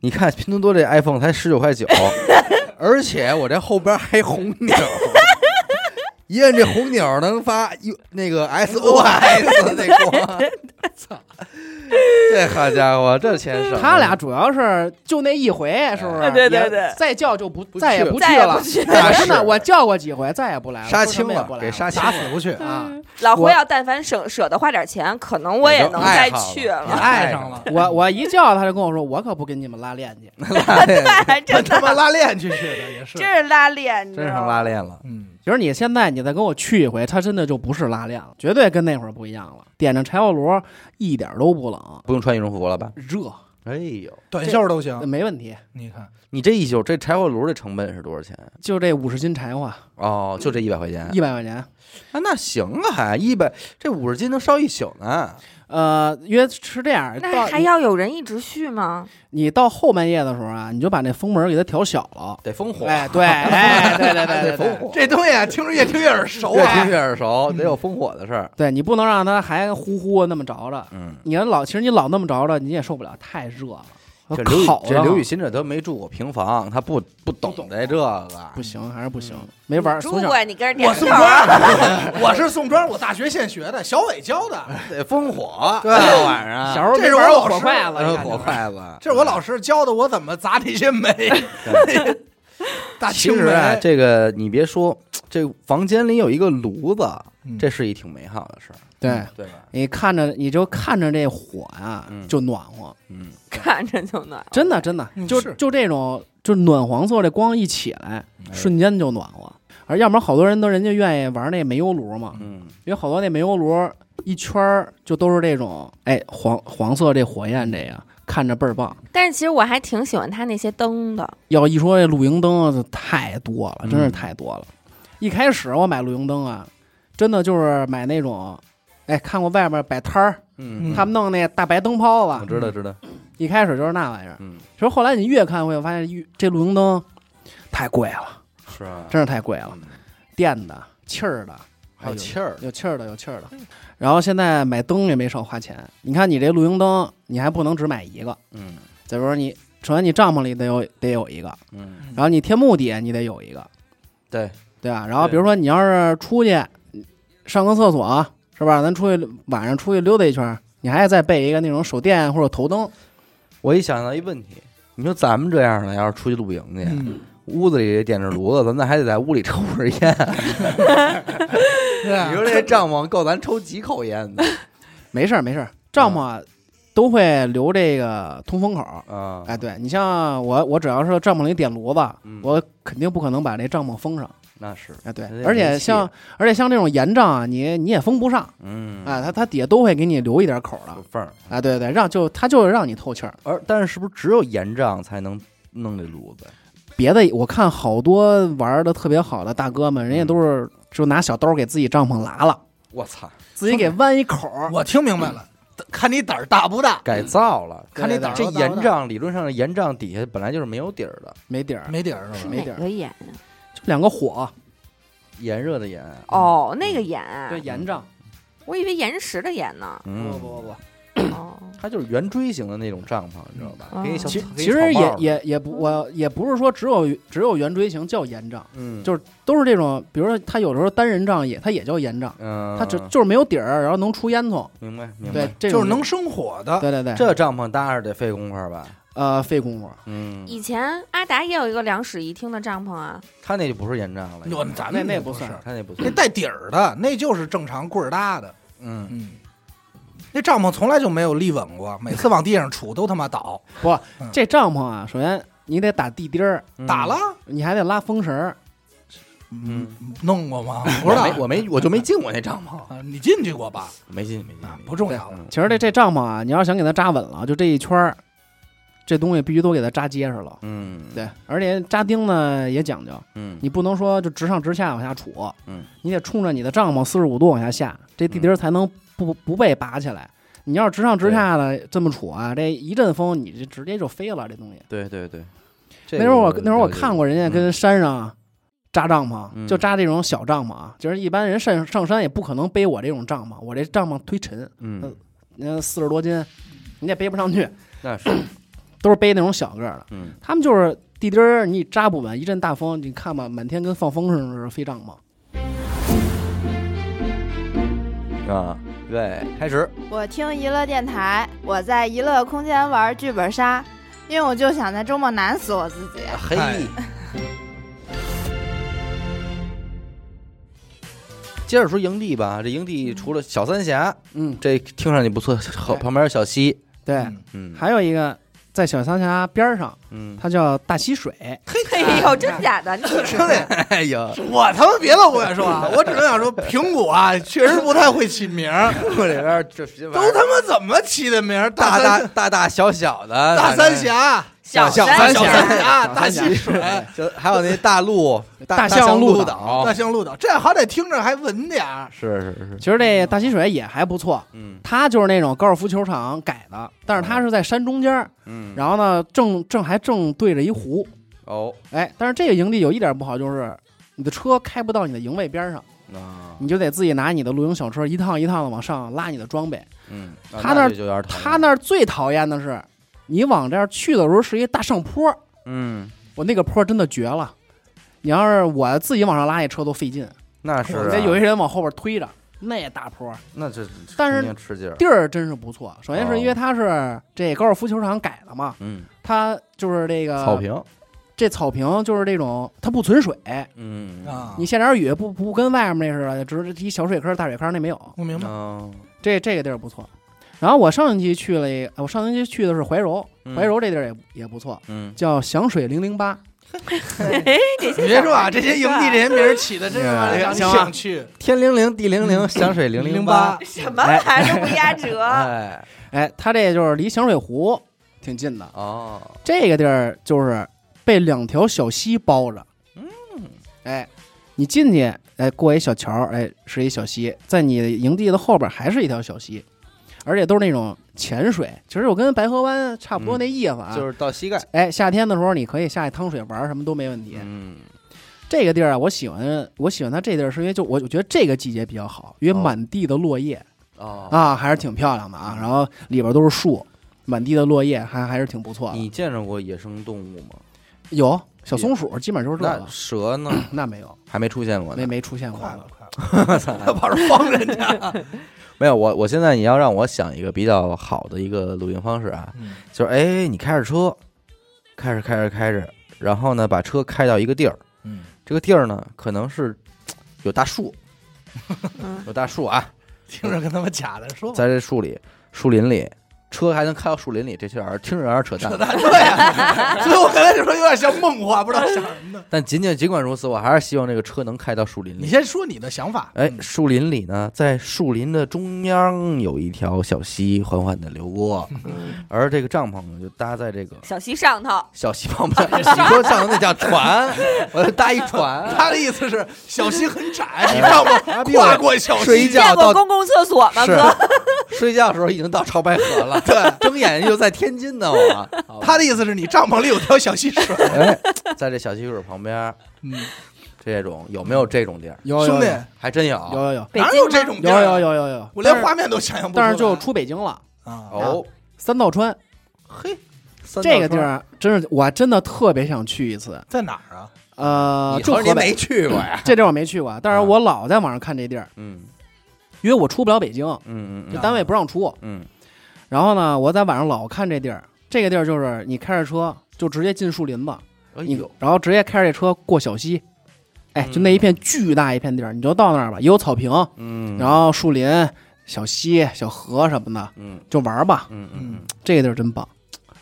你看拼多多这 iPhone 才十 九块九，而且我这后边还红钮，一摁这红钮能发 U 那 个 S O S 那光。这好家伙，这钱省的。他俩主要是就那一回，是不哎是？对对也对再叫就不不再也去不再去也了不。去。那真的，是我叫过几回，再啊也不来了，杀说什青么也了不，来给了杀青打了死不去，啊！老胡我要但凡省舍得花点钱，可能我也能再去也也了。爱上了。哎我我一叫他就跟我说，我可不跟你们拉练去。对， 真 他妈的，拉练去去的也是，真是拉啊练，你知真道成吗拉练了。嗯，其实你现在你再跟我去一回，他真的就不是拉练了，绝对跟那会儿不一样了。点上柴火炉一点都不冷，不用穿羽绒服了吧？热哎呦，短袖都啊行。没问题。你看，你这一宿这柴火炉的成本是多少钱？啊就这五十斤柴火，哦，就这一百块钱一百块钱，啊？那行啊，还一百这五十斤能烧一宿呢。呃，约是这样，那到还要有人一直续吗？你到后半夜的时候啊，你就把那风门给它调小了。得烽火， 哎，对，哎，对对对对得对烽火，这东西啊，听着越听越耳熟越听啊。越耳熟，得有烽火的事儿。对你不能让它还呼呼那么着着。嗯，你要老，其实你老那么着着，你也受不了，太热了，这刘烤这的刘雨欣这都没住过平房，他不不懂这这个。不行，还是不行，嗯没玩儿。如从小果啊你跟人点我啊头宋，庄，我是宋庄，我大学现学的，小伟教的，得烽火，对到晚上小时候这没是我玩儿老火师坏了，呃你看火筷子，这是我老师教的，我怎么砸这些煤。 大其青实啊，梅，这个你别说，这房间里有一个炉子，这是一挺美好的事儿，对嗯对吧？你看着，你就看着这火呀嗯，哦就暖和，嗯， 看着就暖。真的真的嗯，就是就这种，就暖黄色这光一起哎来，瞬间就暖和。而要不然好多人都人家愿意玩那煤油炉嘛，嗯，因为好多那煤油炉一圈儿就都是这种，哎，黄黄色这火焰这个看着倍儿棒。但是其实我还挺喜欢它那些灯的，要一说这露营灯啊，太多了，嗯真是太多了。一开始我买露营灯啊，真的就是买那种，哎，看过外边摆摊儿，嗯，他们弄那大白灯泡我子，知道知道，一开始就是那玩意儿。嗯，其实后来你越看会发现，越这露营灯太贵了，是啊，真是太贵了，电的、气儿的，还有有气儿，有气儿的，有气儿的。然后现在买灯也没少花钱。你看你这露营灯，你还不能只买一个，嗯再说你首先你帐篷里得有得有一个，嗯，然后你天幕底下你得有一个，对，对吧？然后对比如说你要是出去上个厕所啊，是吧？咱出去晚上出去溜达一圈儿，你还得再备一个那种手电或者头灯。我一想到一问题，你说咱们这样的，要是出去露营去，嗯，屋子里点着炉子，咱们还得在屋里抽会儿烟，对啊你说这帐篷够咱抽几口烟的没事儿，没事儿，帐篷啊都会留这个通风口儿。嗯 啊？哎，对你像我，我只要是帐篷里点炉子，嗯我肯定不可能把这帐篷封上。那是，哎，对那也，而没且戏像而且像这种岩帐啊，你你也封不上啊嗯啊，它它底下都会给你留一点口儿的有。缝儿。啊，对对，让就它就是让你透气儿。而但是是不是只有岩帐才能弄这炉子？别的我看好多玩的特别好的大哥们，嗯人家都是就拿小刀给自己帐篷拉了，我操，自己给弯一口儿。我听明白了，看你胆儿大不大，改造了。对看你对胆儿这大不大岩帐理论上的岩帐底下本来就是没有底儿的，没底儿，没底儿是是吧？没哪底儿个眼？就两个火，炎热的炎。。哦，那个眼，对，岩帐，我以为岩石的岩呢 不嗯不，不不，哦，它就是圆锥形的那种帐篷，你知道吧？嗯给你小其给你其草实帽也儿也也不，我也不是说只有只有圆锥形叫岩帐，嗯，就是都是这种，比如说他有时候单人帐也，他也叫岩帐，嗯，他就就是没有底儿，然后能出烟囱，明白明对白。，这就种是能，生火的，对对对，这帐篷搭着得费功夫吧？呃费功夫，嗯，以前阿达也有一个两室一厅的帐篷啊，他那就不是岩帐了，我咱那们那不不是算他那不哎那算。带底儿的，那就是正常棍儿搭的。嗯，嗯，那帐篷从来就没有立稳过，每次往地上杵都他妈倒，这帐篷啊，首先你得打地钉儿，嗯打了你还得拉风绳儿，嗯，弄过吗？不我知嗯道没，我没我就没进过那帐篷，啊你进去过吧？没进没进嗯啊，不重要。其实这这帐篷啊，你要想给它扎稳了，就这一圈儿，这东西必须都给它扎结实了。嗯，对，而且扎钉呢也讲究，嗯你不能说就直上直下往下杵，嗯，你得冲着你的帐篷四十五度往下下，这地钉儿才能不不被拔起来。你要是直上直下的这么杵啊，这一阵风你就直接就飞了，这东西。对对对，这那时候我个那会儿我了解看过人家跟山上扎帐篷，嗯就扎这种小帐篷啊，就是一般人上上山也不可能背我这种帐篷，我这帐篷忒沉，嗯，那四十多斤，你也背不上去，那是，都是背那种小个儿的。嗯，他们就是地钉儿，你扎不稳，一阵大风，你看吧，满天跟放风似的飞帐篷。啊，对，开始，我听娱乐电台，我在娱乐空间玩剧本杀，因为我就想在周末难死我自己。嘿哎接着说营地吧，这营地除了小三峡，嗯，这听上去不错，好，哎旁边有小溪，对，嗯嗯，还有一个在小三峡边儿上， 嗯，它叫大溪水。 哎呦，真假的？你兄弟，哎呀，我他妈别老跟我说啊！我只能想说，平谷啊，确实不太会起名儿，我里边这都他妈怎么起的名儿？大大大大大小小的大三，峡、小小三小峡三峡、小大啊三峡溪水、反正就还有那大路 大象象鹿鹿岛大象鹿岛，这好歹听着还文点儿。是是是，其实这大溪水也还不错，嗯它就是那种高尔夫球场改的，但是它是在山中间儿，嗯，然后呢，正正还正对着一湖。哦，哎，但是这个营地有一点不好，就是你的车开不到你的营位边儿上，啊，你就得自己拿你的露营小车一趟一趟的往上拉你的装备。嗯，他那儿就有点讨厌他那，儿最讨厌的是，你往这儿去的时候是一大上坡，嗯，我那个坡真的绝了。你要是我自己往上拉，那车都费劲，那是啊得有一人往后边推着，那大坡那这，但是肯定吃劲儿，地儿真是不错。首先是因哦为它是这高尔夫球场改的嘛，嗯，它就是这个草，坪，这草坪就是这种它不存水，嗯啊你下点雨不不跟外面那似的，只是一小水坑大水坑那没有，我明白，哦，这这个地儿不错。然后我上星期去了一，我上星期去的是怀柔，嗯怀柔这地儿也也不错，嗯，叫响水零零八，你别说啊，这些营地这些名儿起的真是让人行啊想去。天灵灵，地灵灵，响嗯水零零八，， 什么玩意儿都不压 折，哎，哎，它这就是离响水湖挺近的。哦，这个地儿就是被两条小溪包着。嗯，哎，你进去，哎，过一小桥，哎，是一小溪，在你营地的后边还是一条小溪，而且都是那种浅水，其实就跟白河湾差不多那意思啊。嗯就是到膝盖，哎，夏天的时候你可以下去趟水玩，什么都没问题。嗯，这个地儿啊，我喜欢，我喜欢它这地儿，是因为就我我觉得这个季节比较好，因为哦满地的落叶，哦，啊，还是挺漂亮的啊。然后里边都是树，满地的落叶，还还是挺不错的。你见着过野生动物吗？有小松鼠，基本就是这那个。蛇 呢？那没有，还啊没出现过呢没。没出现过。快了快 了，跑这帮人家。没有，我我现在你要让我想一个比较好的一个露营方式啊，嗯就是哎，你开着车，开着开着开着，然后呢，把车开到一个地儿，嗯，这个地儿呢，可能是有大树嗯，有大树啊，听着跟他们假的说吧。在这树里、树林里，车还能开到树林里，这确实听着有点扯淡。对呀，所以我刚才就说有点像梦话，不知道想什么呢。但仅仅尽管如此，我还是希望这个车能开到树林你里。先嗯说你的想法。哎，树林里呢，在树林的中央有一条小溪缓缓的流过， 而这个帐篷呢就搭在这个小溪上头，小溪旁边，你说上头那叫船，我就搭一船，他的意思是小溪很窄，你让我跨过小睡一溪。觉见过到公共厕所吗，哥？是睡觉的时候已经到潮白河了，对，睁眼睛就在天津呢，我他的意思是你帐篷里有条小溪水。哎，在这小溪水旁边，嗯，这种有没有这种地儿？有有兄弟，还真有，有有有北哪京有吗这种地有儿？啊有有有有，我连画面都想象不出来。但是就出北京了，啊，哦，三道川嘿，三道这个地川，儿，真是我真的特别想去一次。在哪儿啊？呃，你就说你河北没去过呀？这地儿我没去过，但是我老在网上看这地儿，嗯因为我出不了北京，嗯嗯就嗯单位不让出。嗯，然后呢，我在网上老看这地儿，这个地儿就是你开着车就直接进树林子，哎你呦，然后直接开着这车过小溪，哎，嗯就那一片巨大一片地儿，你就到那儿吧，也有草坪，嗯，然后树林、小溪、小河什么的，嗯就玩吧。嗯嗯嗯，，这个地儿真棒。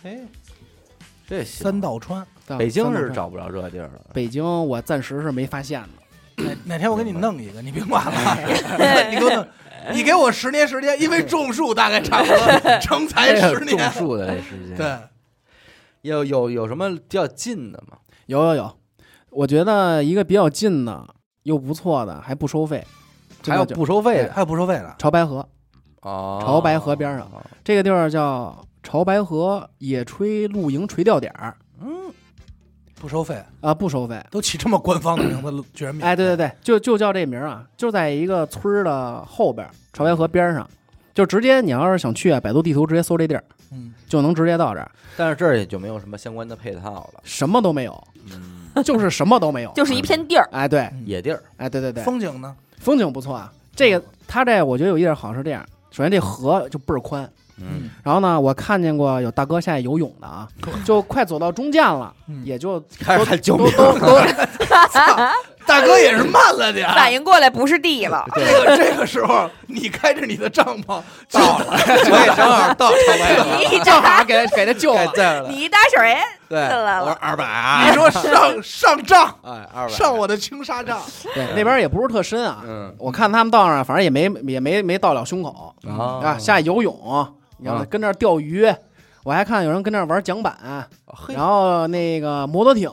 哎，这行三道川，对吧北京三道是川找不着这地儿了， 北京，我暂时是没发现的。哪哪天我给你弄一个，你别管了，你给我弄，你给我十年时间，因为种树大概差不多成才十种年，树的这时间，，对，有有有什么比较近的吗？有有有，我觉得一个比较近的又不错的，还不收费，这还有个就不收费的还有不收费的，潮白河哦，潮白河边上哦这个地儿叫潮白河野炊露营垂钓点儿嗯不收费，啊，不收费。都起这么官方的名字，居然免哎，对对对，就就叫这名儿啊，就在一个村儿的后边儿，潮白河边儿上，就直接你要是想去啊，百度地图直接搜这地儿，嗯，就能直接到这儿，但是这儿也就没有什么相关的配套了，什么都没有，嗯，就是什么都没有。就是一片地儿，哎，对，野地儿，哎，对对对，风景呢？风景不错啊。这个它这我觉得有一点好是这样，首先这河就倍儿宽，嗯，然后呢，我看见过有大哥下去游泳的啊，就快走到中间了，嗯也 就开始喊救都命，都都大哥也是慢了点儿，反应过来不是地了，这个这个时候，你开着你的帐篷到了，我也正好到朝白河，你一正扎好 给他给他救盖了。在 了，你一搭水，对，进来了我说二百 你啊，说上上帐，哎，二百，上我的轻纱帐，对，那边也不是特深啊，嗯，我看他们到那儿，反正也没也没没到了胸口啊啊，下去游泳，然后跟那儿钓鱼，我还看有人跟那儿玩桨板，哦嘿然后那个摩托艇，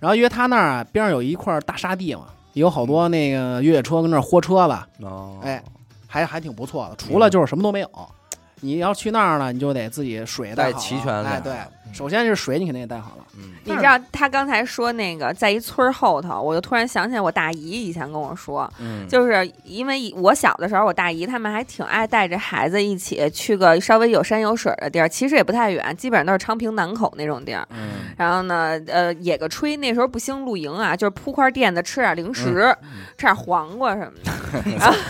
然后因为他那儿啊边上有一块大沙地嘛，也有好多那个越野车跟那儿豁车了。嗯哦，哎，还还挺不错的。除了就是什么都没有，你要去那儿呢，你就得自己水好带了齐全嗯了哎，对，首先是水你肯定也带好了。嗯，你知道他刚才说那个在一村儿后头，我就突然想起来我大姨以前跟我说，嗯，就是因为以我小的时候，我大姨他们还挺爱带着孩子一起去个稍微有山有水的地儿，其实也不太远，基本上都是昌平南口那种地儿。嗯然后呢，呃，野个吹，那时候不兴露营啊，就是铺块垫子，吃点零食，吃点黄瓜什么的。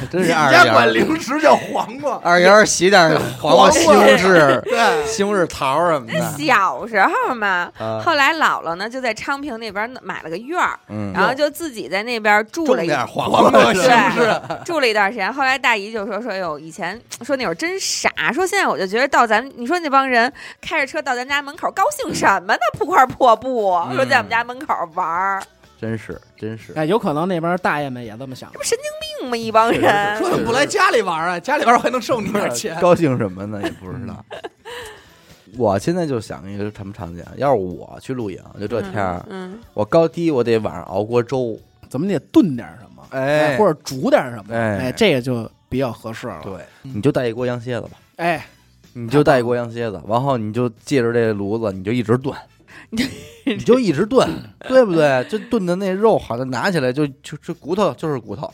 真你是们哎二家丫管零食叫黄瓜，二丫洗点黄瓜、西红柿、对，西红柿桃什么的，小时候嘛，啊，后来姥姥呢就在昌平那边买了个院儿，嗯，然后就自己在那边住种了一点黄黄瓜瓜西是红吧 柿，住了一段时间，后来大姨就说说哟，以前说那会儿真傻，说现在我就觉得到咱你说那帮人开着车到咱家门口高兴什么呢？铺块破布，嗯说在我们家门口玩儿，真是真是，，哎，有可能那边大爷们也这么想这，不神经病吗？一帮人说怎么不来家里玩啊？家里玩我还能收你点钱高兴什么呢？也不知道。我现在就想一个什么场景，啊要是我去露营，就这天儿，嗯，我高低我得晚上熬锅粥，怎么你得炖点什么，哎或者煮点什么，哎哎，这个就比较合适了。对，你就带一锅羊蝎子吧，哎，你就带一锅羊蝎子，然后你就借着这炉子，你就一直 炖，你就一直炖，对不对？就炖的那肉好像拿起来就就这骨头就是骨头，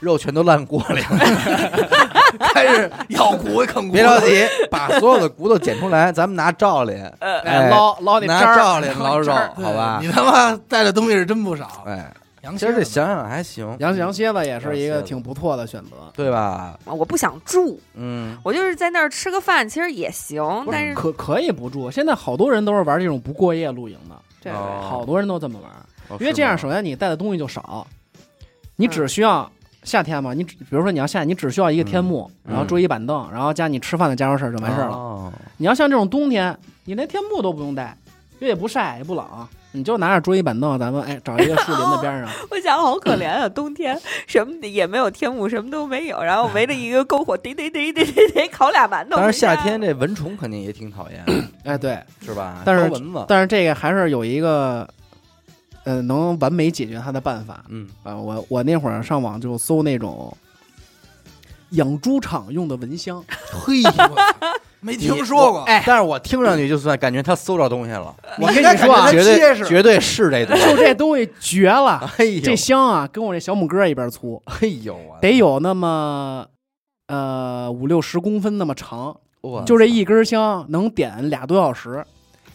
肉全都烂锅里了。 开始咬骨啃骨。别着，急，把所有的骨头捡出来，咱们拿罩里，哎哎，捞捞那拿渣儿，罩里捞肉，好吧你？他妈带的东西是真不少。哎，羊其蝎实子这想想还行，羊羊蝎子也是一羊蝎个子挺不错的选择。对吧？我不想住，嗯，我就是在那儿吃个饭，其实也行，但是可可以不住，现在好多人都是玩这种不过夜露营的，对哦好多人都这么玩。哦因为这样，是首吗先你带的东西就少，你只需要夏天嘛，你只比如说你要夏天，你只需要一个天幕，嗯然后桌椅板凳，然后加你吃饭的家伙事儿就完事儿了。哦你要像这种冬天，你连天幕都不用带，因为也不晒也不冷，啊你就拿着桌椅板凳，咱们哎找一个树林的边上， 我想好可怜啊，冬天什么也没有，天幕什么都没有，然后围着一个篝火，得得得得得得烤俩馒头。但是夏天这蚊虫肯定也挺讨厌的， 哎对，是吧？但是招蚊子，但是这个还是有一个。呃，能完美解决它的办法嗯，啊、呃我我那会儿上网就搜那种养猪场用的 蚊香，嘿，我没听说过。哎，但是我听上去就算感觉他搜着东西了，我跟应该你说啊感觉绝它结对实绝对是这东西。就这东西绝了，哎呦，这香啊，跟我这小拇哥一边 粗，哎呦，我得有那么呃五六十公分那么长，我就这一根香能点俩多小时，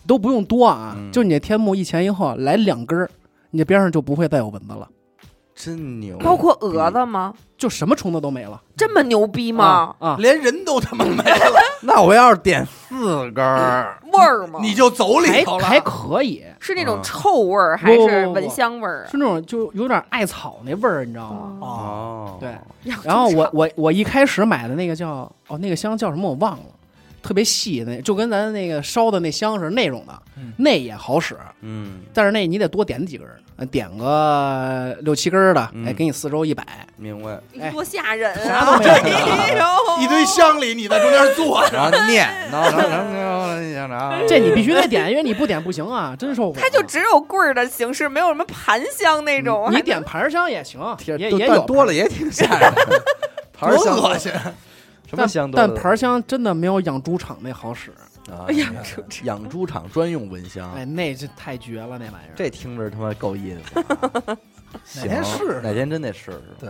都不用多啊，嗯就你这天幕一前一后来两根儿，你这边上就不会再有蚊子了，真牛，啊包括蛾子吗？就什么虫子都没了。这么牛逼吗啊？嗯啊，连人都他妈没了，那我要是点四根儿，味儿吗？你就走里还头了。还可以，是那嗯种臭味儿，不还不是不蚊不香味儿啊是？那种就有点艾草那味儿，你知道吗？哦哦，嗯对呀然后真我臭我我一开始买的那个叫哦那个香叫什么我忘了，特别细的那，就跟咱那个烧的那香是那种的，嗯那也好使，嗯，但是那你得多点几根儿，呃点个六七根儿的，嗯哎，给你四周一摆，明白。哎多吓人啥啊！都没有。哎呦 一堆香里你在中间坐着，然后念，然 后然后然后然哎后你想啥？这你必须得点，因为你不点不行啊，真受火。它就只有棍儿的形式，没有什么盘香那种。嗯啊你还点盘香也行，贴也都也但有多了也挺吓人 的，多盘儿香恶心！什么香多但哎了？盘香真的没有养猪场那好使，啊养猪场养猪场专用蚊香，哎，那这太绝了，那玩意儿。这听着他妈够意思啊。 哪天行试试哪天真得试试。对，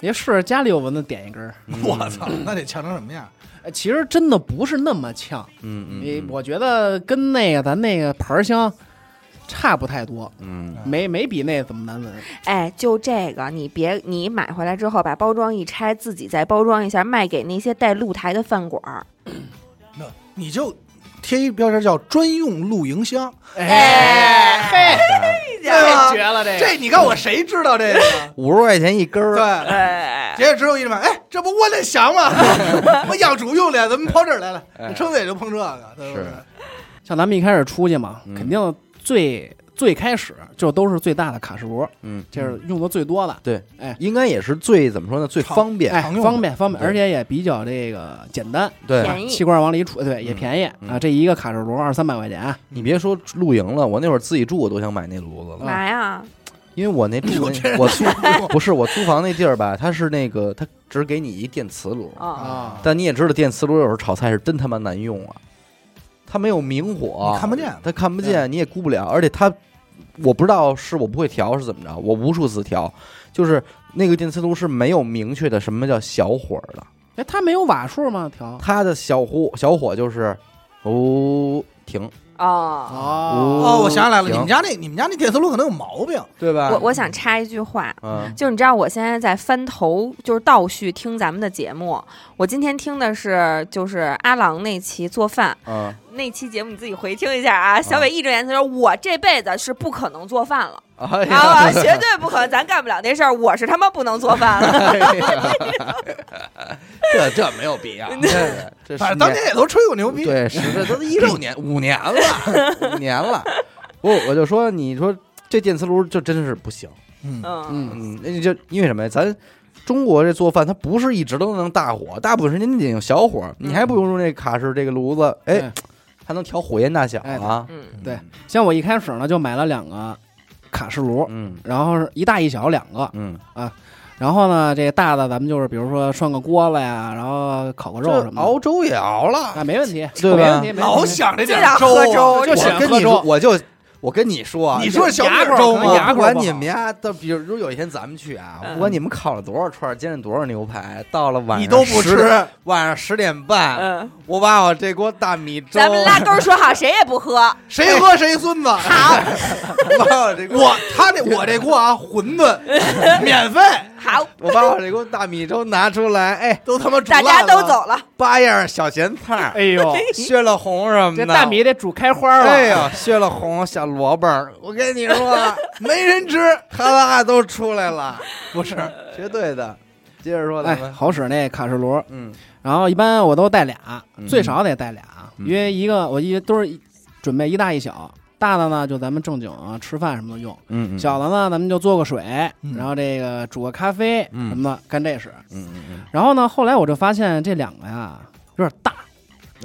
别试家里有蚊子点一根儿，我操，那得呛成什么样？哎其实真的不是那么呛。嗯嗯，你嗯我觉得跟那个咱那个盘香差不太多，嗯没没比那怎么难闻。哎，就这个，你别你买回来之后把包装一拆，自己再包装一下，卖给那些带露台的饭馆儿。那你就贴一标签叫专用露营箱，哎，太太绝了这个。这你告诉我谁知道这个？五十块钱一根儿，对，哎，谁也知道一直买，哎，这不我得想吗？ 我养猪用的，怎么跑这儿来了？你撑死也就碰这个，对不对？像咱们一开始出去嘛，嗯肯定最最开始就都是最大的卡式炉，嗯，这是用的最多的，对，哎应该也是最怎么说呢？最常方便。哎，常用的方便方嗯便，对而且也比较这个简单，对，便宜气罐往里一杵，对，也便宜嗯啊，这一个卡式炉二三百块钱，你别说露营了，我那会儿自己住，我都想买那炉子了，嘛啊呀？因为我那住那我租 不是我租房那地儿吧，它是那个它只给你一电磁炉，啊，啊但你也知道电磁炉有时候炒菜是真他妈难用啊，它没有明火，你看不见它看不见，你也顾不了，而且它我不知道是我不会调是怎么着，我无数次调，就是那个电磁炉是没有明确的什么叫小火儿的，哎，它没有瓦数吗？调它的小火小火就是哦停哦，哦哦，我想起来了，行你们家那你们家那电磁炉可能有毛病，对吧？啊我我想插一句话。嗯就是你知道，我现在在翻头，就是倒叙听咱们的节目。我今天听的是就是阿郎那期做饭嗯那期节目，你自己回听一下啊。小伟义正言辞说：“我这辈子是不可能做饭了哎呀啊，我绝对不可能，咱干不了那事儿。我是他妈不能做饭 了。哎这这没有必 要。这这反十正当年年也都吹过牛逼，对，实在都一六年五年了，五年了。 我我就说，你说这电磁炉就真是不行。嗯”嗯，嗯，嗯，那就因为什么呀？咱中国这做饭，它不是一直都能大火，大部分时间你得用小火，你还不嗯如用这卡式这个炉子，哎对，还能调火焰大小哎啊。嗯对，像我一开始呢就买了两个卡式炉，嗯然后是一大一小两个，嗯，然后呢这大的咱们就是比如说涮个锅了呀，然后烤个肉这什么熬粥也熬的，了，啊，没问题，对吧没问题，没老问题。想着就点想粥喝啊，粥就去想我喝跟你说，粥我就我跟你说啊，你说小牙米口粥可能吗？牙不口管不你好们家，到比如有一天咱们去啊，嗯不管你们烤了多少串，煎了多少牛排，到了晚上你都不10吃，晚上十点半，嗯，我把我这锅大米粥，咱们拉钩说好，谁也不喝。谁喝谁孙子。好，我把我这锅，我他这我这锅啊，馄饨免费好，我把我这锅大米粥拿出来，哎，都他妈煮大烂家都了，走 了。八样小咸菜，哎呦，血了红什么这的，大米。得煮开花了。哎呀，血了红小萝卜儿，我跟你说，没人吃，哈喇都出来了，不是绝对的。接着说，咱哎，们，好使那卡式炉，嗯然后一般我都带俩，嗯最少得带俩，嗯因为一个我一都是一准备一大一小，大的呢就咱们正经啊吃饭什么的用，嗯小的呢咱们就做个水，嗯然后这个煮个咖啡嗯什么的、干这事。嗯嗯然后呢，后来我就发现这两个呀有点大，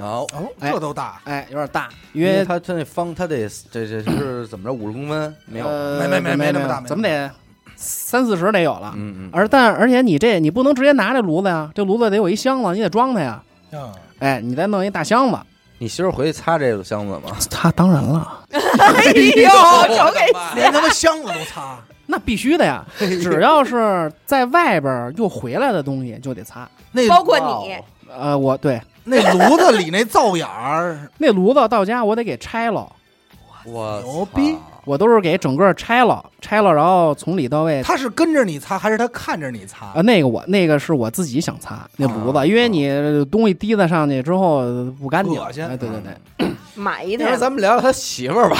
嗯，好。哦，哎这都大，哎，有点大，因因为为它它那方，它得这这是怎么着五十公分没有？呃没没没没没那么大没那有么大怎么得三四十得有了。嗯嗯，而但而且你这你不能直接拿这炉子呀，这炉子得有一箱子，你得装它呀。嗯，哎，你再弄一大箱子，你媳妇儿回去擦这个箱子吗？他当然了，哎呦，瞅给连他妈箱子 都擦，那必须的呀。只要是在外边儿又回来的东西就得擦。那包括你，呃，我对那炉子里那灶眼儿，那炉子到家我得给拆了，我操牛逼！我都是给整个拆了，拆了然后从里到外。他是跟着你擦还是他看着你擦啊，？那个我那个是我自己想擦那炉子，因为你东西滴在上去之后呃不干净。恶心哎，对嗯对对，买一要不台。咱们聊聊他媳妇儿吧。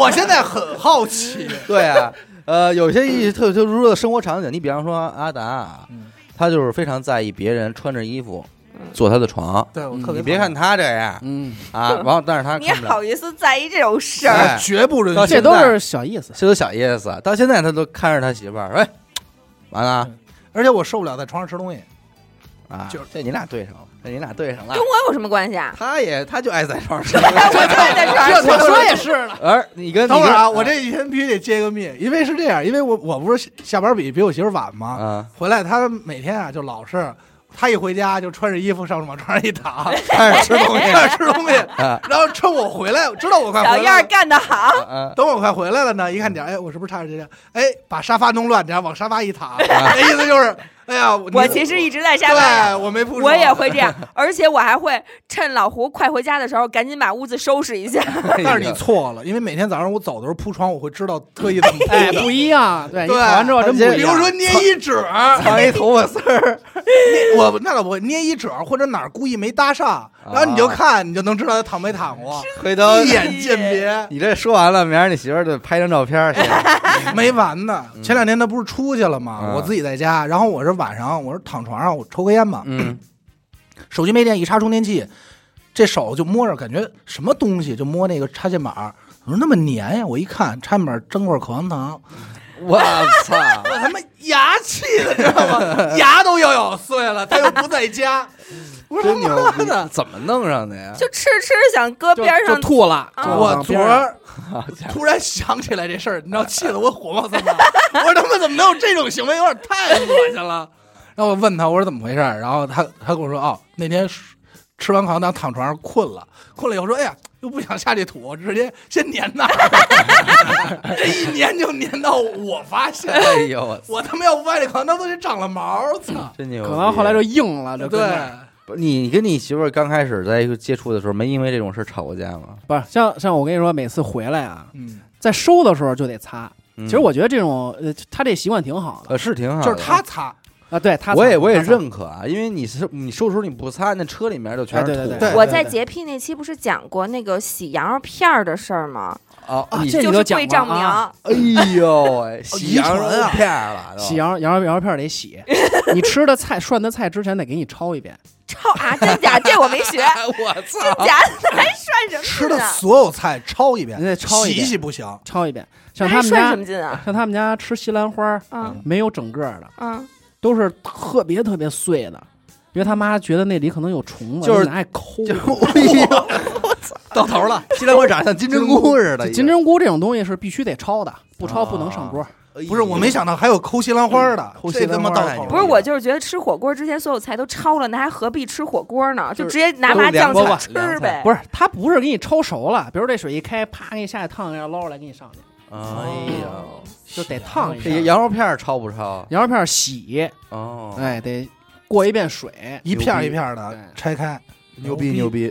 我现在很好奇， 对啊，呃，有些一特特殊的生活场景，你比方说阿达啊嗯，他就是非常在意别人穿着衣服坐他的床。 对我嗯特别你别看他这样嗯，啊，然后但 是他你看不了好意思在意这种事讨儿？厌，绝不允到许现这在都是小意思。这都小意思。啊到现在他都看着他媳妇儿，喂，完了啊而且我受不了在床上吃东西。啊，嗯就是这你俩对上了，这你俩对上了跟。我有什么关系啊？他也他就爱在床 上，我就在床上这说我说也是呢，而你跟等会儿啊，我这这一天必须得揭个密，因为是这样，因为我我不是下班比比我媳妇儿晚吗？啊，回来她每天啊就老是，她一回家就穿着衣服上往床上一躺，开 始吃东西开始吃东西，啊然后趁我回来，知道我快小回燕来儿了。干得好，啊等我快回来了呢，一看点，哎，我是不是差点这样？哎，把沙发弄乱，然后往沙发一 躺，那意思就是，哎呀，我我其实一直在沙对啊发。我没铺床，我也会这 样，而且我还会趁老胡快回家的时候，赶紧把屋子收拾一 下。但哎是你错了，因为每天早上我走的时候铺床，我会知道特意怎么铺 哎，的。不一样。对你对啊考完之后真不比一如样。说捏一褶儿，藏一头发丝儿，捏我那倒不会捏一褶儿，或者哪儿故意没搭啊上，然后你就看，你就能知道他躺没躺过，回头一眼鉴别。你这说完了，明儿你媳妇儿得拍张照片儿去。 没完呢。前两天他不是出去了吗？哎嗯我自己在家，然后我是晚上，我是躺床上，我抽根烟嘛，嗯，手机没电，一插充电器，这手就摸着，感觉什么东西，就摸那个插线板儿，我说那么粘呀，我一看插线板儿蒸块口香糖，我 操！啊我他妈牙气的，知道吗？牙都要咬碎了，他又不在家，我说真他牛妈逼 的！！怎么弄上的呀？就吃吃想搁就边就上，吐了，啊就我往昨边上儿突然想起来这事儿，你知道，气得我火冒三丈。我说他们怎么能有这种行为？有点太 恶心了。然后我问他，我说怎么回事儿？然后他他跟我说，哦，那天吃吃完烤羊糖躺床上困了，困了以后说，哎呀，又不想下地吐，直接先粘那儿， 这一粘就粘到我发现了，哎呦，我操我他妈要不把这烤羊糖东西长了毛，操！真牛逼！可能后来就硬了，这嗯对哥们儿，不是你跟你媳妇儿刚开始在一个接触的时候，没因为这种事儿吵过架吗？不是像像我跟你说，每次回来啊，嗯，在收的时候就得擦。嗯其实我觉得这种呃，他这习惯挺好的呃是挺好的，就是他擦，啊。对他擦，我也我也他擦认可啊，因为你是你收拾时候你不擦，那车里面就全是哎对土。对对我在洁癖那期不是讲过那个洗羊肉片儿的事儿吗？哦，啊，你这哦就你都是讲跪丈母过啊。 娘，哎呦喂，洗遗羊传肉啊片儿了都，洗 羊羊肉羊肉片儿得洗，你吃的菜涮的菜之前得给你焯一遍，超啊，真假？这我没 学，哎我操！真假的还涮什么吃劲的啊？所有菜焯一遍，人家焯洗一一遍哎洗不行，焯一遍。像还他们涮什家么劲啊？像他们家吃西兰花儿嗯没有整个儿的，嗯，都是特别特别碎的，因为他妈觉得那里可能有虫子，就是拿爱抠。就哎呦， 到头了。西兰花长得像金针菇似的，就金针菇这种东西是必须得焯的，不焯不能上桌。哎呦不是，我没想到还有抠西兰花的，抠这西他兰妈花到还有头了不是，我就是觉得吃火锅之前所有菜都焯了，那还何必吃火锅呢？就直接拿麻酱都是凉炒菜吃呗。不是，是，它不是给你焯熟了，比如这水一开，啪给你下去烫一下，捞出来给你上去，哎呦，就得烫一这下。羊肉片儿焯不焯？羊肉片洗，哦，哎，得过一遍水。一片儿一片儿的对拆开，牛逼牛逼！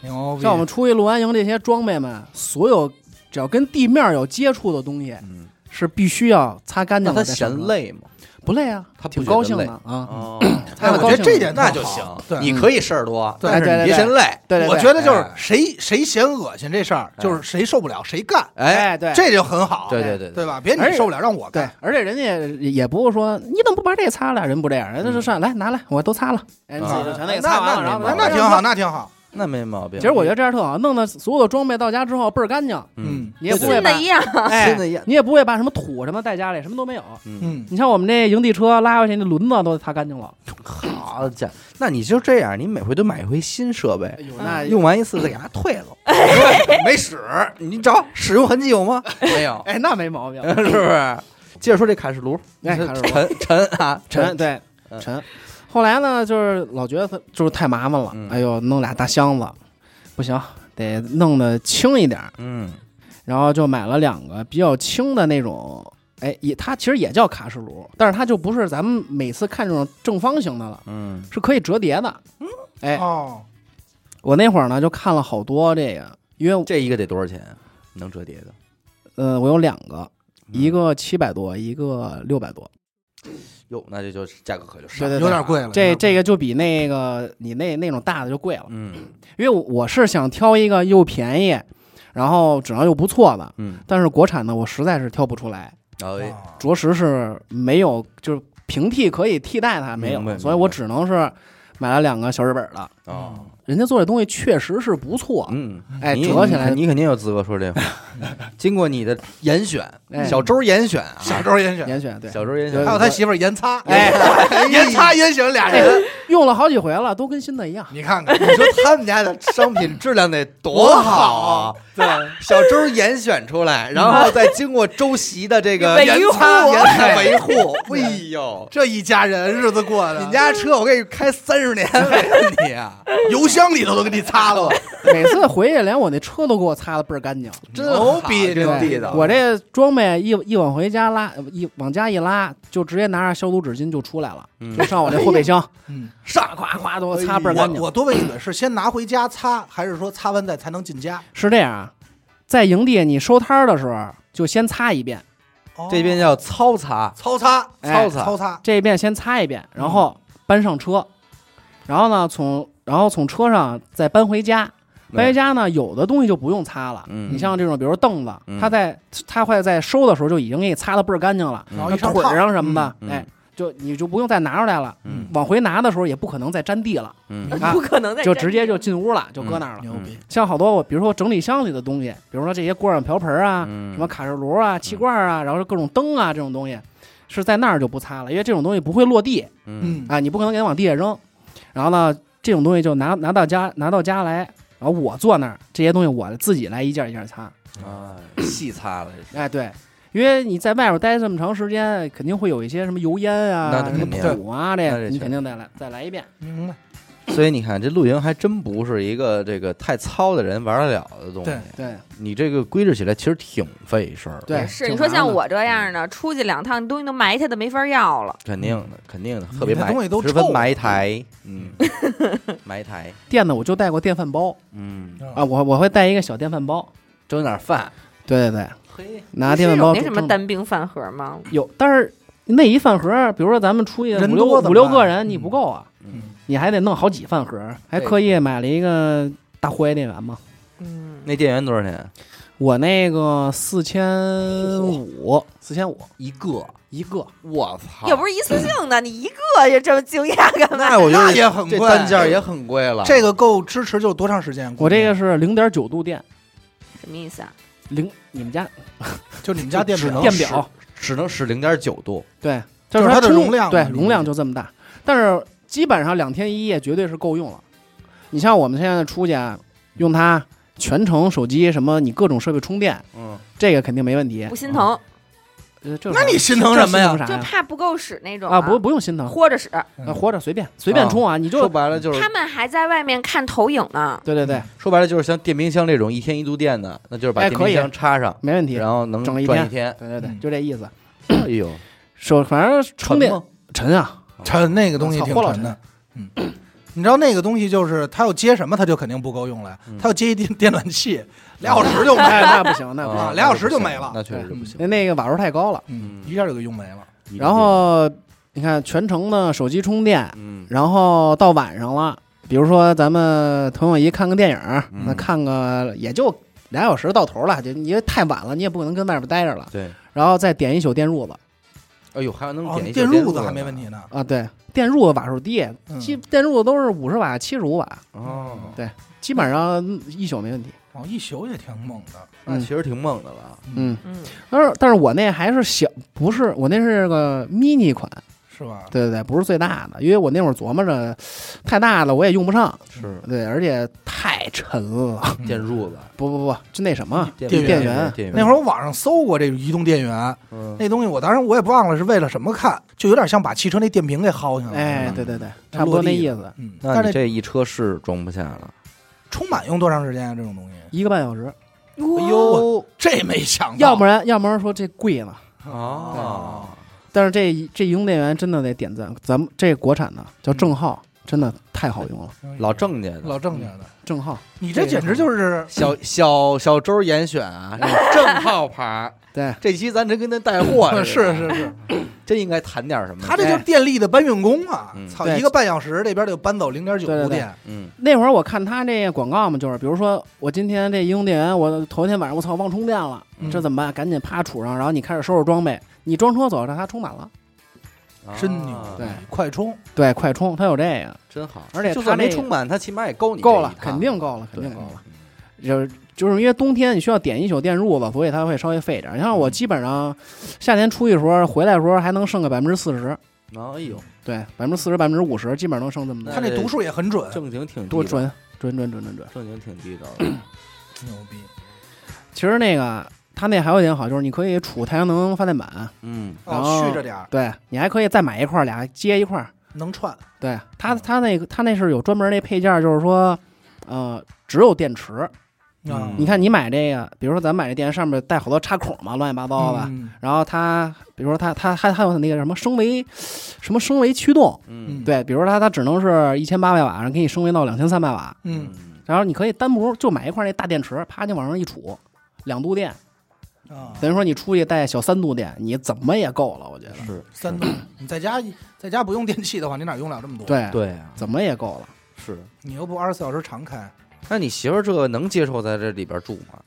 牛逼！像我们出去露完营这些装备们，所有只要跟地面有接触的东西，嗯，是必须要擦干那净他了再嫌上桌，累吗？不累啊，他不挺觉得高兴的累啊。 哦，哎，我觉得这点特那好就行，对，你可以事儿多，对但是你别嫌累。对对对，我觉得就是哎谁谁嫌恶心这事儿，就是谁受不了谁干，哎，哎对这就很好。对对对对吧？别而你且受不了让我对干，，而且人家也也不会说你怎么不把这擦了，人不这样，人家就上来拿来，我都擦了，人自己就全都那给擦完了，那然后那那然后挺好，。那挺好。那没毛病。其实我觉得这样特好，弄得所有的装备到家之后倍儿干净，嗯，你也不会新把的一样，哎新的一样你也不会把什么土什么带家里，什么都没有。嗯，嗯，你像我们这营地车拉回去，那轮子都擦干净了。好家伙，那你就这样，你每回都买一回新设备，呦那用完一次再给它退了，哎没使，你找使用痕迹有吗？ 没有，哎那没毛病，是不是？接着说这卡式炉，哎卡式炉沉沉啊，沉对嗯沉。后来呢，就是老觉得它就是太麻烦了嗯，哎呦，弄俩大箱子，不行，得弄得轻一点儿。嗯然后就买了两个比较轻的那种，哎，也它其实也叫卡式炉，但是它就不是咱们每次看这种正方形的了，嗯，是可以折叠的。哎哦，我那会儿呢就看了好多这个，因为我这一个得多少钱啊？能折叠的，呃我有两个，嗯一个七百多，一个六百多，嗯哟，那这就价格可就对上，对对有点贵了。这有点贵这个就比那个你那那种大的就贵了，嗯因为我我是想挑一个又便宜，然后质量又不错的，嗯，但是国产的我实在是挑不出来。哎，哦着实是没有，就是平替可以替代它没明白有，所以我只能是买了两个小日本的，哦，人家做这东西确实是不错，嗯，哎你折起来你你肯定有资格说这话。经过你的严选，哎小周严选啊，小周严选，严选对，小周严选对还有对他媳妇儿严擦，嗯哎，严擦严选 俩人，用了好几回了，都跟新的 一样。你看看，你说他们家的商品质量得多好啊！对，小周严选出来，然后再经过周席的这个维严护擦严擦维护，哎呦，这一家人日子过你的，们家车我给你开三十年没问题啊，油箱里头都给你擦了，每次回去，连我那车都给我擦的倍儿干净。真牛逼真牛地逼道。我这装备一一往回家拉，一往家一拉，就直接拿着消毒纸巾就出来了，嗯就上我这后备箱，嗯，唰咵咵哎都擦倍儿干我净。我多问一嘴，是先拿回家擦，还是说擦完再才能进家？是这样啊，在营地你收摊儿的时候，就先擦一遍，哦这边叫操擦，操擦，哎操擦，操擦，这一遍先擦一遍，然后搬上车，然后呢从然后从车上再搬回家。搬回家呢，有的东西就不用擦了。嗯你像这种，比如凳子，嗯它在它会在收的时候就已经给你擦的倍儿干净了。嗯然后那一上腿儿上什么的，嗯嗯哎，就你就不用再拿出来了。嗯往回拿的时候也不可能再沾地了，嗯啊不可能再就沾直接地就进屋了，就搁那儿了。牛逼，像好多我，比如说整理箱里的东西，比如说这些锅碗瓢盆啊，嗯什么卡式炉啊、气罐啊，然后各种灯啊这种东西，是在那儿就不擦了，因为这种东西不会落地嗯啊，你不可能给它往地下扔。然后呢，这种东西就拿拿到家拿到家来，然后我坐那儿，这些东西我自己来一件一件擦。啊，细擦了这是。哎，对，因为你在外边待这么长时间，肯定会有一些什么油烟那啊、肯什么定土啊，那这这你确肯定再来再来一遍。明白。所以你看，这露营还真不是一个这个太糙的人玩得了的东西对。对你这个规制起来其实挺费事儿的，对，是挺你说麻像烦我这样的，出去两趟东西都埋汰的没法要了，肯定的，肯定的，你特别那埋，东西都十分臭埋汰，嗯，埋汰，电的，我就带过电饭煲嗯，啊，我我会带一个小电饭煲。蒸点饭，对对对，嘿，拿是电饭有煲那什么蒸单兵饭盒吗？有，但是那一饭盒，比如说咱们出去人五六多怎么五六办个人，你嗯不够啊，嗯你还得弄好几饭盒，还对刻意买了一个大户外电源嘛。嗯，那电源多少钱？啊我那个四千五，四千五一个，一个，我操也不是一次性的，你一个也这么惊讶干嘛？那我觉那得也很这贵，单件也很贵啊了。这个够支持就多长时间？我这个是零点九度电，什么意思啊？零你们家就你们家电只能电表，只能使零点九度，对，哦就就是它的充容量对嘛容量就这么大，但是基本上两天一夜绝对是够用了。你像我们现在出去啊，用它全程手机什么，你各种设备充电，嗯，这个肯定没问题不。心疼，呃这有那啥你心疼这什么呀心？疼啥就怕不够使那种啊，不不用心疼，豁着使。呃活着随便随便充啊，你说就白了就是他，们还在外面看投影呢，对对对，说白了就是像电冰箱这种一天一度电的，那就是把哎电可冰以箱插上，没问题。然后能整一转天一天， 对对对，嗯就这意思。哎呦，手反正充电沉吗沉啊，沉那个东西挺操霍老沉的，嗯，你知道那个东西就是它要接什么，它就肯定不够用了，它要接一电电暖气，俩小时就没哎了，那不行，那不行啊啊俩小时就没了那确实不行。那那个瓦数太高了。嗯，一下就给用没了。一定然后你看全程的手机充电，嗯，然后到晚上了，比如说咱们朋友一看个电影儿，嗯那看个也就俩小时到头了，就因为太晚了，你也不可能跟外边待着了，对，然后再点一宿电褥子哎呦，还能哦点一，电小褥子子还没问题呢，啊，对，电褥子瓦数低，嗯基电褥子都是五十瓦、七十五瓦，哦，基本上一宿没问题。哦，一宿也挺猛的，那其实挺猛的了，嗯，嗯，但是但是我那还是小，不是我那是个 mini 款，是 吧？对对对，不是最大的，因为我那会儿琢磨着，太大了我也用不上，嗯是对，而且太沉了，电褥子、不不不，就那什么，电源电源。嗯那会儿我网上搜过这个移动电源，嗯那东西我当时我也不忘了是为了什么看，就有点像把汽车那电瓶给薅下来。哎，嗯对对对，那差不多落地那意了思，嗯，那但你是这一车是装不下了。充满用多长时间啊？这种东西，一个半小时，哎，呦这没想到，要不然要不然说这贵呢，哦，哎但是这一这移动电源真的得点赞，咱们这国产的叫正浩，真的太好用了，哦老郑家的老郑家的，正浩，你这简直就是小小小周严选啊，是正号牌。对，这期咱真跟他带货是似的，是是，真应该谈点什么。他这就是电力的搬运工啊嗯！操，对一个半小时这边就搬走零点九对对度对电，嗯那会儿我看他这广告嘛，就是比如说我今天这移动电源，我头一天晚上我操忘充电了，嗯这怎么办？赶紧啪杵上，然后你开始收拾装备，你装车走，让它充满了。真牛啊对快充，对，快充它有这个，真好。而且就它算没这个充满，它起码也够你够这了一，趟肯定够了，肯定对够了。就是就是因为冬天你需要点一宿电褥子，所以它会稍微费点儿。你像嗯我基本上夏天出去的时候，回来的时候还能剩个百分之四十，哎呦，对，百分之四十、百分之五十，基本上能剩这么那多，他这读数也很准，正经挺地多道，准准准准准准。正经挺地道的。牛逼。其实那个它那还有一点好，就是你可以储太阳能发电板，嗯，然后哦，续着点儿对你还可以再买一块儿俩接一块儿。能串，对它它那个它那是有专门那配件儿，就是说，呃，只有电池。嗯你看你买这个，比如说咱买这电池上面带好多插孔嘛，乱七八糟的。嗯然后它，比如说它它它还有那个什么升维，什么升维驱动，嗯对，比如说它它只能是一千八百瓦，然后给你升维到两千三百瓦，嗯，然后你可以单独就买一块那大电池，啪你往上一杵，两度电，啊，等于说你出去带小三度电，你怎么也够了，我觉得。是三度，你在家在家不用电器的话，你哪用了这么多？，对，对啊，怎么也够了。是。你又不二十四小时常开，那你媳妇儿这个能接受在这里边住吗？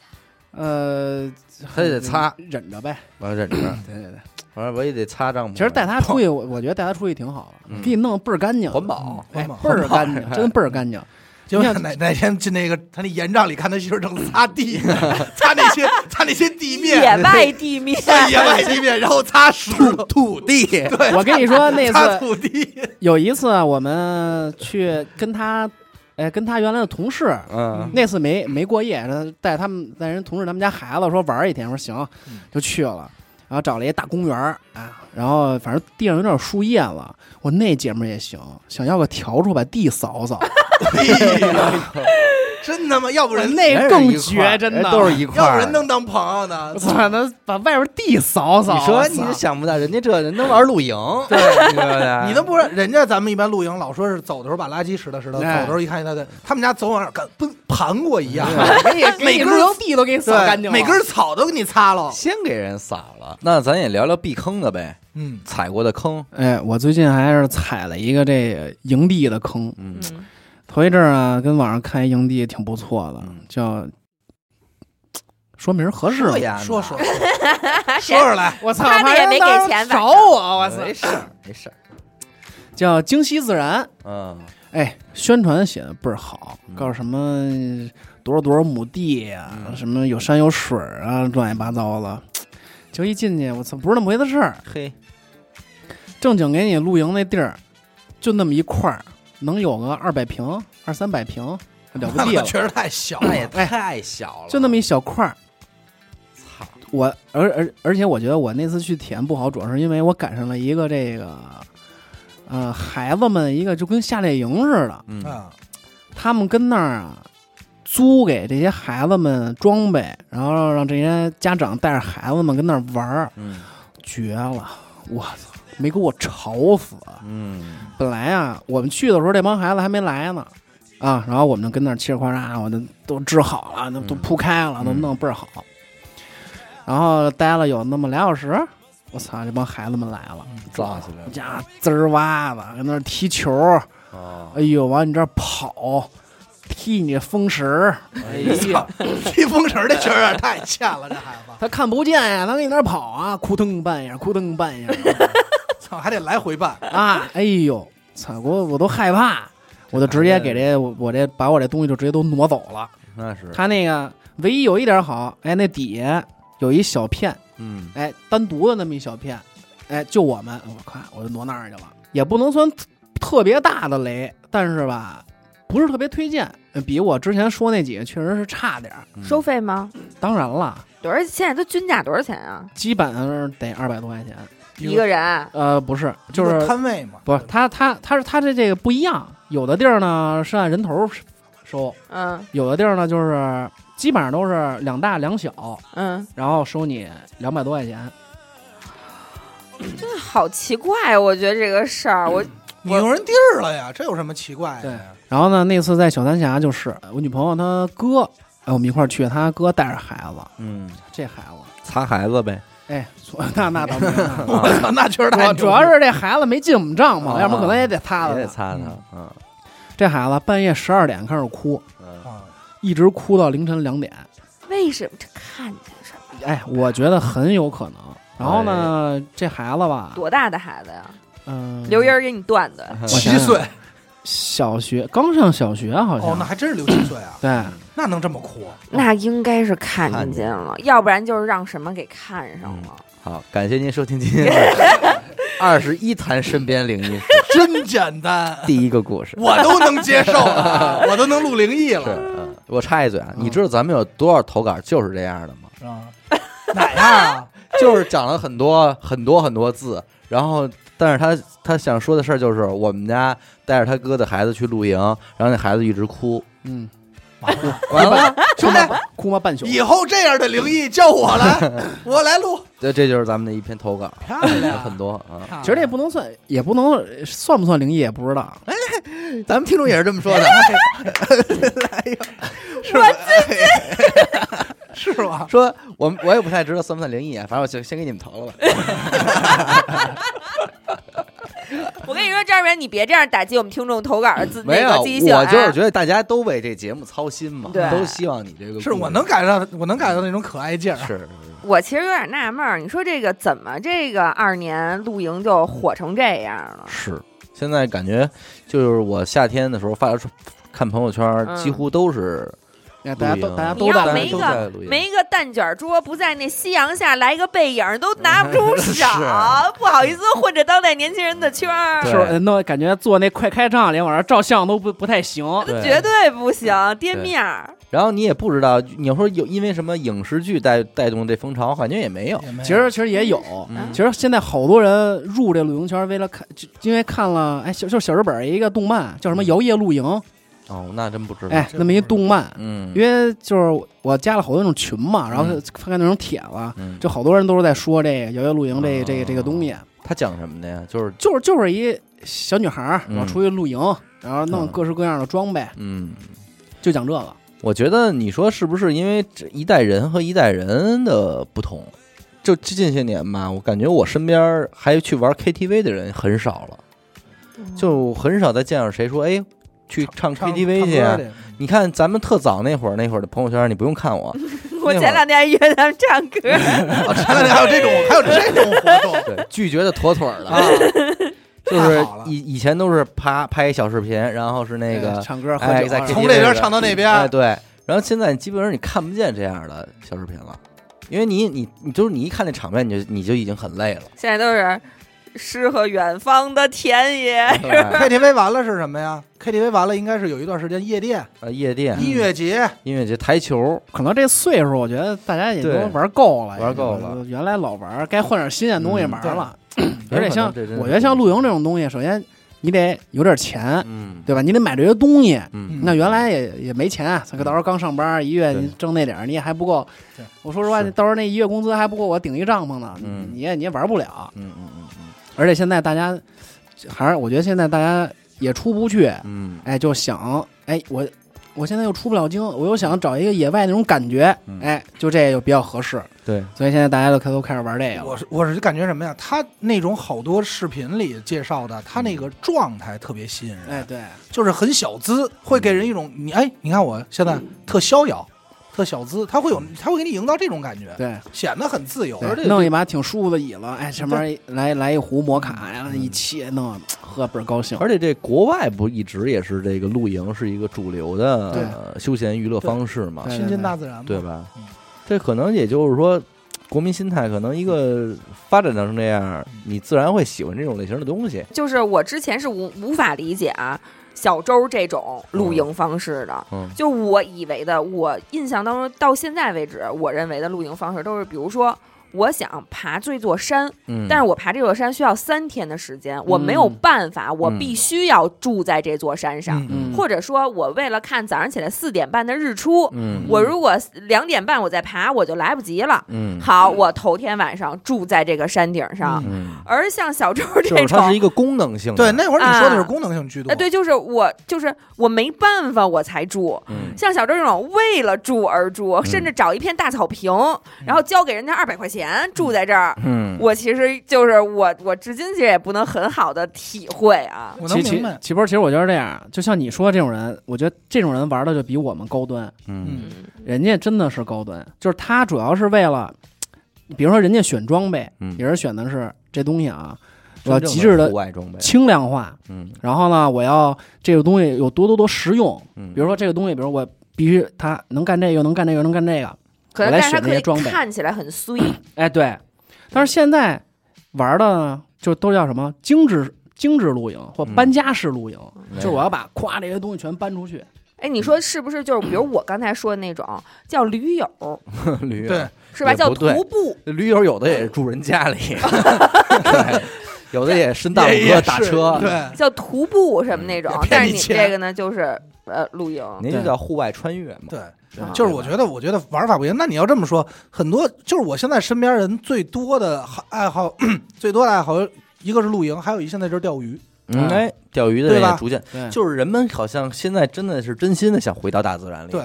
呃，她也得擦，嗯忍着呗。我忍着，对对对，反正我也得擦帐篷。啊其实带它出去，我我觉得带它出去挺好嗯的，给你弄得倍儿干净，环保，哎，环保倍儿干净，真倍儿干净。结果哪哪天进那个他那岩帐里看他媳妇儿正擦地， 擦那些擦那些地面，野外地面，在野外地面，然后擦石头、 土地，我跟你说，那擦次土地，有一次啊我们去跟他，哎，跟他原来的同事，嗯那次没没过夜，然后带他们带人同事他们家孩子说玩儿一天，我说行嗯，就去了。然后找了一大公园儿啊，然后反正地上有点树叶了。我那姐们儿也行，想要个笤帚把地扫扫，真他妈，要不我然那更绝，人真哎的都是 一块要不儿然的。能当朋友呢？咋能把外边地扫扫？你说你就想不到，人家这人能玩露营，对 对你都不是人家，咱们一般露营老说是走的时候把垃圾拾掇拾掇，走哎的时候一看一大堆，他们家走往哪儿跟跟盘过一样， 每每根根儿地都给你扫干对，净，每根。草都给你擦了。先给人撒了。那咱也聊聊避坑的呗，嗯，踩过的坑，哎，我最近还是踩了一个这营地的坑。嗯嗯头一阵儿啊，跟网上看一营地挺不错的，叫说名儿啊合适吗？呀，说 说说出来，我操，他那也没给钱反正到时候找我，我操！没事儿没事儿，叫京西自然，嗯哎，宣传写的倍儿好嗯，告诉什么多少多少亩地啊，嗯什么有山有水儿啊，乱七八糟的。就一进去，我操，不是那么回事儿。嘿，正经给你露营那地儿，就那么一块儿，能有个二百平、二三百平，了不那地 了。确实太小那也了。嗯太小了，就那么一小块儿。操，我而而而且我觉得我那次去体验不好，主要是因为我赶上了一个这个，呃，孩子们一个就跟夏令营似的，嗯啊，他们跟那儿啊租给这些孩子们装备，然后让这些家长带着孩子们跟那儿玩儿，嗯绝了！我操，没给我吵死！嗯，本来啊，我们去的时候这帮孩子还没来呢，啊，然后我们就跟那儿嘁哩哗啦，我就都支好了，都都嗯铺开了，都嗯弄倍儿好。然后待了有那么俩小时，我操，这帮孩子们来了，造起来了家滋儿哇的跟那儿踢球，啊，哎呦，往你这儿跑，踢你风石，哎呀，披风绳的确实有点太欠了，这孩子，他看不见呀，他跟你那儿跑啊，扑腾半下，扑腾半下操，还得来回办。 啊，哎呦，操，我我都害怕，我就直接给这我我这把我这东西就直接都挪走了。那是，它那个唯一有一点好，哎，那底下有一小片，嗯哎，单独的那么一小片，哎，就我们，我看我就挪那儿去了，也不能算特特别大的雷，但是吧，不是特别推荐，呃比我之前说那几个确实是差点儿。嗯收费吗？当然了，多少？现在都均价多少钱啊？基本上得二百多块钱，一个人啊呃，不是，就是一个摊位嘛，不是它它它是它这这个不一样，有的地儿呢是按人头收，嗯有的地儿呢就是基本上都是两大两小。嗯，然后收你两百多块钱。真的好奇怪，我觉得这个事儿，我你用人地儿了呀，这有什么奇怪的呀？然后呢，那次在小三峡就是我女朋友她哥，哎，我们一块儿去，她哥带着孩子，嗯，这孩子，擦孩子呗，哎，错那那倒没有。我操，那确实主太要牛啊主了要是这孩子没进我们帐篷，啊要不然可能也得擦也了得他。擦擦，嗯这孩子半夜十二点开始哭，嗯啊一直哭到凌晨两点。为什么这看见什么？哎，我觉得很有可能。然后呢，这孩子吧，多大的孩子呀？嗯，刘英儿给你断嗯断，我想七想岁小学刚上小学好像，哦，那还真是六七岁啊，对，那能这么哭？那应该是看看见嗯见了，要不然就是让什么给看上了。好，感谢您收听今天的二十一谈身边灵异事真简单，第一个故事。我都能接受了，我都能录灵异是，了嗯，我插一嘴啊，你知道咱们有多少投稿就是这样的吗？啊。哪样 啊？就是讲了很多很多很多字，然后但是他他想说的事儿就是我们家带着他哥的孩子去露营，然后那孩子一直哭，嗯，完了，兄弟，哭吗半宿，以后这样的灵异叫我来，我来录，这这就是咱们的一篇投稿，漂有亮，很多啊。漂亮。其实这也不能算，也不能算不算灵异也不知道，咱们听众也是这么说 的。是吧？说我我也不太知道算不算灵异啊，反正我先先给你们投了吧。我跟你说，张然，你别这样打击我们听众投稿的自 嗯没那有，个积极性啊。我就是觉得大家都为这节目操心嘛，对都希望你这个故事是我能感受到，我能感受到那种可爱劲儿。啊是我其实有点纳闷儿，你说这个怎么这个二年露营就火成这样了？是，现在感觉就是我夏天的时候发看朋友圈，嗯几乎都是哎大家露都营大家你都要在没都都在个录音没个蛋卷桌，不在那夕阳下来个背影，都拿不出嗯 是手，不好意思混着当代年轻人的圈儿，对是吧弄感觉做呃那快开账，连往上照相都不不太行，对绝对不行，跌面儿。然后你也不知道，你要说有因为什么影视剧带带动这风潮，感觉也没有。其实其实也有，嗯其实现在好多人入这露营圈，为了看，就因为看了，哎，小就是小日本一个动漫叫什么《摇曳露营》，哦，那真不知道。哎，那么一动漫，嗯，因为就是我加了好多那种群嘛，然后嗯看那种帖子，嗯就好多人都是在说这个摇曳露营这这哦这个东西，他讲什么的呀？就是就是就是一小女孩儿，嗯然后出去露营，然后弄嗯各式各样的装备，嗯，就讲这个。我觉得你说是不是因为这一代人和一代人的不同？就近些年吧，我感觉我身边还去玩 KTV 的人很少了，就很少再见着谁说哎去哦唱 KTV 去啊。你看咱们特早那会儿，那会儿的朋友圈，你不用看我，我前两天还约他们唱歌，嗯啊，哦前两天还有这种，还有这种活动，对，拒绝的妥妥的。啊，就是太好了以以前都是啪拍一小视频，然后是那哎个唱歌喝哎酒在啊， KTV 从这边唱到那边哎，对，然后现在基本上你看不见这样的小视频了，因为你你你就是你一看那场面，你就你就已经很累了。现在都是诗和远方的田野。对 KTV 完了是什么呀？KTV 完了应该是有一段时间夜店、 呃，夜店、音乐节，音乐节、台球，可能这岁数，我觉得大家也都对玩够了，玩够了。原来老玩儿，该换点新鲜东西嗯玩对儿了。嗯有而且可能像这真是我觉得像露营这种东西，首先你得有点钱，嗯对吧？你得买这些东西。嗯那原来也也没钱，啊可到时候刚上班，一月对你挣那点儿，你也还不够对。我说实话，是到时候那一月工资还不够我顶一帐篷呢嗯，你也你也玩不了。嗯嗯嗯嗯而且现在大家还是，我觉得现在大家也出不去，嗯哎，就想，哎，我我现在又出不了京，我又想找一个野外那种感觉嗯，哎，就这就比较合适。对，所以现在大家都开都开始玩这个我了。是我是感觉什么呀？他那种好多视频里介绍的，他那个状态特别吸引人，哎，对，就是很小资，会给人一种你哎，你看我现在特逍遥。特小资，他会有，他会给你营造这种感觉，对，显得很自由。对弄一把挺舒服的椅子，哎，前面一来来一壶摩卡，然后一切弄，喝倍儿高兴。而且这国外不一直也是这个露营是一个主流的对呃休闲娱乐方式嘛，对亲近大自然嘛，对吧嗯？这可能也就是说，国民心态可能一个发展成这样，你自然会喜欢这种类型的东西。就是我之前是无无法理解啊，小周这种露营方式的。嗯就我以为的，我印象当中到现在为止，我认为的露营方式都是，比如说我想爬这座山，嗯，但是我爬这座山需要三天的时间，我没有办法，我嗯必须要住在这座山上，嗯，或者说，我为了看早上起来四点半的日出，嗯我如果两点半我再爬，我就来不及了。嗯好，我头天晚上住在这个山顶上，嗯，而像小周就这是它是种。一个功能性的，对，那会儿你说的是啊功能性居多，呃，对，就是我，就是我没办法，我才住。嗯像小周这种为了住而住，甚至找一片大草坪，然后交给人家二百块钱住在这儿，嗯，我其实就是我，我至今其实也不能很好的体会啊。我能其明其白。其波，其实我觉得这样，啊就像你说这种人，我觉得这种人玩的就比我们高端，嗯嗯，人家真的是高端，就是他主要是为了，比如说人家选装备嗯，也是选的是这东西啊，我要真正极致的户外装备，轻量化。嗯然后呢，我要这个东西有多多多实用，嗯，比如说这个东西，比如我必须它能干这个，能干这个，能干这个。可我能来但是它选这可些以装备看起来很衰，哎，对。但是现在玩的呢，就都叫什么精致精致露营或嗯搬家式露营，嗯就是我要把夸这些东西全搬出去。哎，你说是不是？就是比如我刚才说的那种叫驴友， 驴友对，是吧？也叫不对徒步，驴友有的也是住人家里， 对有的也嗯伸大拇哥打车，对，叫徒步什么那种嗯也。骗但是你你钱这个呢，就是呃露营，您就叫户外穿越嘛。对，啊就是我觉得，我觉得玩法不一样。那你要这么说，很多就是我现在身边人最多的好爱好， 最多的爱好，一个是露营，还有一现在就是钓鱼。嗯，嗯哎，嗯钓鱼的对人吧也逐渐，对，就是人们好像现在真的是真心的想回到大自然里，对，，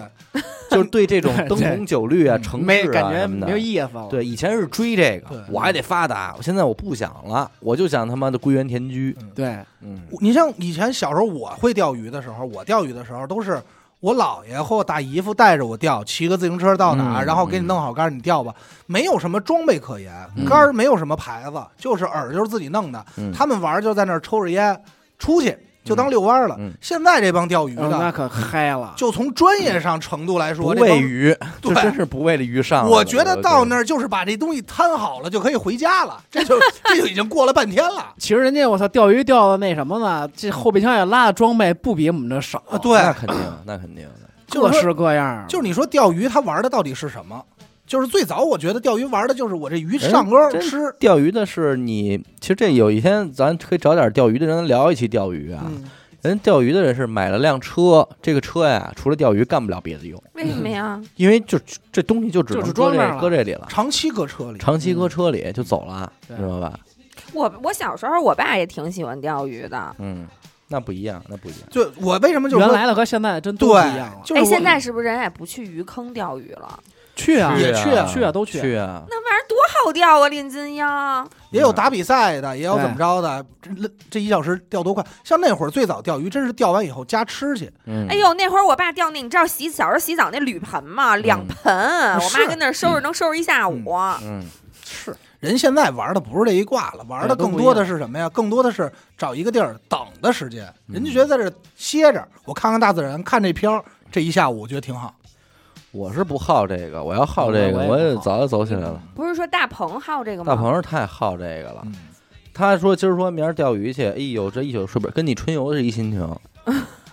就是 对这种对灯红酒绿啊、城没市感啊觉什么没有的。意思了。对，以前是追这对个，我还得发达，我现在我不想了，我就想他妈的归园田居。对，嗯你像以前小时候我会钓鱼的时候，我钓鱼的时候都是我姥爷或我大姨夫带着我钓，骑个自行车到哪儿，嗯然后给你弄好杆儿，你钓吧。没有什么装备可言，杆儿没有什么牌子，就是饵就是自己弄的。嗯他们玩儿就在那儿抽着烟出去，就当遛弯儿了。嗯现在这帮钓鱼嗯的，那可嗨了。就从专业上程度来不说，这喂帮 鱼，对就真是不为了鱼上了。我觉得到那儿，儿就是把这东西摊好了就可以回家了，这就这就已经过了半天了。其实人家我操钓鱼钓的那什么呢，这后备箱也拉的装备不比我们这少，啊，对，哦那肯定， 那肯定的。就各是说式各样。就是你说钓鱼，它玩的到底是什么？就是最早我觉得钓鱼玩的就是我这哎鱼上钩真啊吃，钓鱼的是你，其实这有一天咱可以找点钓鱼的人聊一期钓鱼啊。嗯人钓鱼的人是买了辆车，这个车呀，除了钓鱼干不了别的用，为什么呀？因为就这东西就只能就是搁装那儿这了嗯搁这里了，长期搁车里。长期搁车里就走了，对知道吧？我我小时候我爸也挺喜欢钓鱼的。嗯，那不一样，那不一样。就我为什么就是原说来的和现在真都不一样对了，。就是哎，我现在是不是人也不去鱼坑钓鱼了？去啊，也去去啊去啊，都去。去啊，那玩意儿多好钓啊，练金腰。也有打比赛的，也有怎么着的，这这一小时钓多快？像那会儿最早钓鱼，真是钓完以后加吃去，嗯，哎，呦，那会儿我爸钓那，你知道洗小时候洗澡那铝盆吗？两盆，啊我是妈跟那儿收拾能收拾一下午。啊嗯，是哎人现在玩的不是这一挂了，玩的对都更不多一样的是什么呀？更多的是找一个地儿等的时间。嗯人家觉得在这儿歇着，我看看大自然，看这飘，这一下午我觉得挺好。我是不好这个，我要好这个，我也不我也好早就走起来了。不是说大鹏好这个吗？大鹏是太好这个了嗯，他说今儿说明儿钓鱼去，哎呦，这一宿睡不着，跟你春游是一心 情。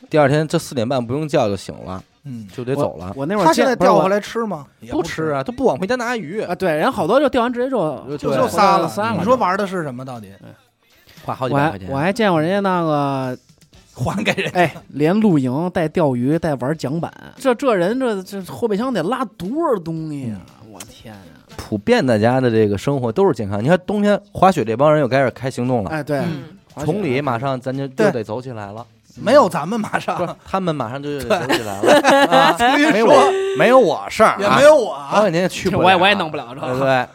第二天这四点半不用觉就醒了，嗯，就得我走了。我那会儿他现在见不是钓我回来吃吗？也不吃吃啊，都不往回家拿鱼，啊，对，人好多就钓完直接就就对就撒仨了。撒了。你说玩的是什么？到底 花好几我百还块钱。我还见过人家那个，还给人？哎，连露营带钓鱼带玩桨板，这这人这这后备箱得拉多少东西啊！我天呀！普遍大家的这个生活都是健康。你看冬天滑雪这帮人又开始开行动了，哎，对，嗯，滑雪崇礼马上咱就对又得走起 来了，没有咱们马不是上，他们马上就得走起来了， 啊没有我没有我事儿也啊没，有我啊我。肯定去不了，我也我也弄不了这嗯对不对？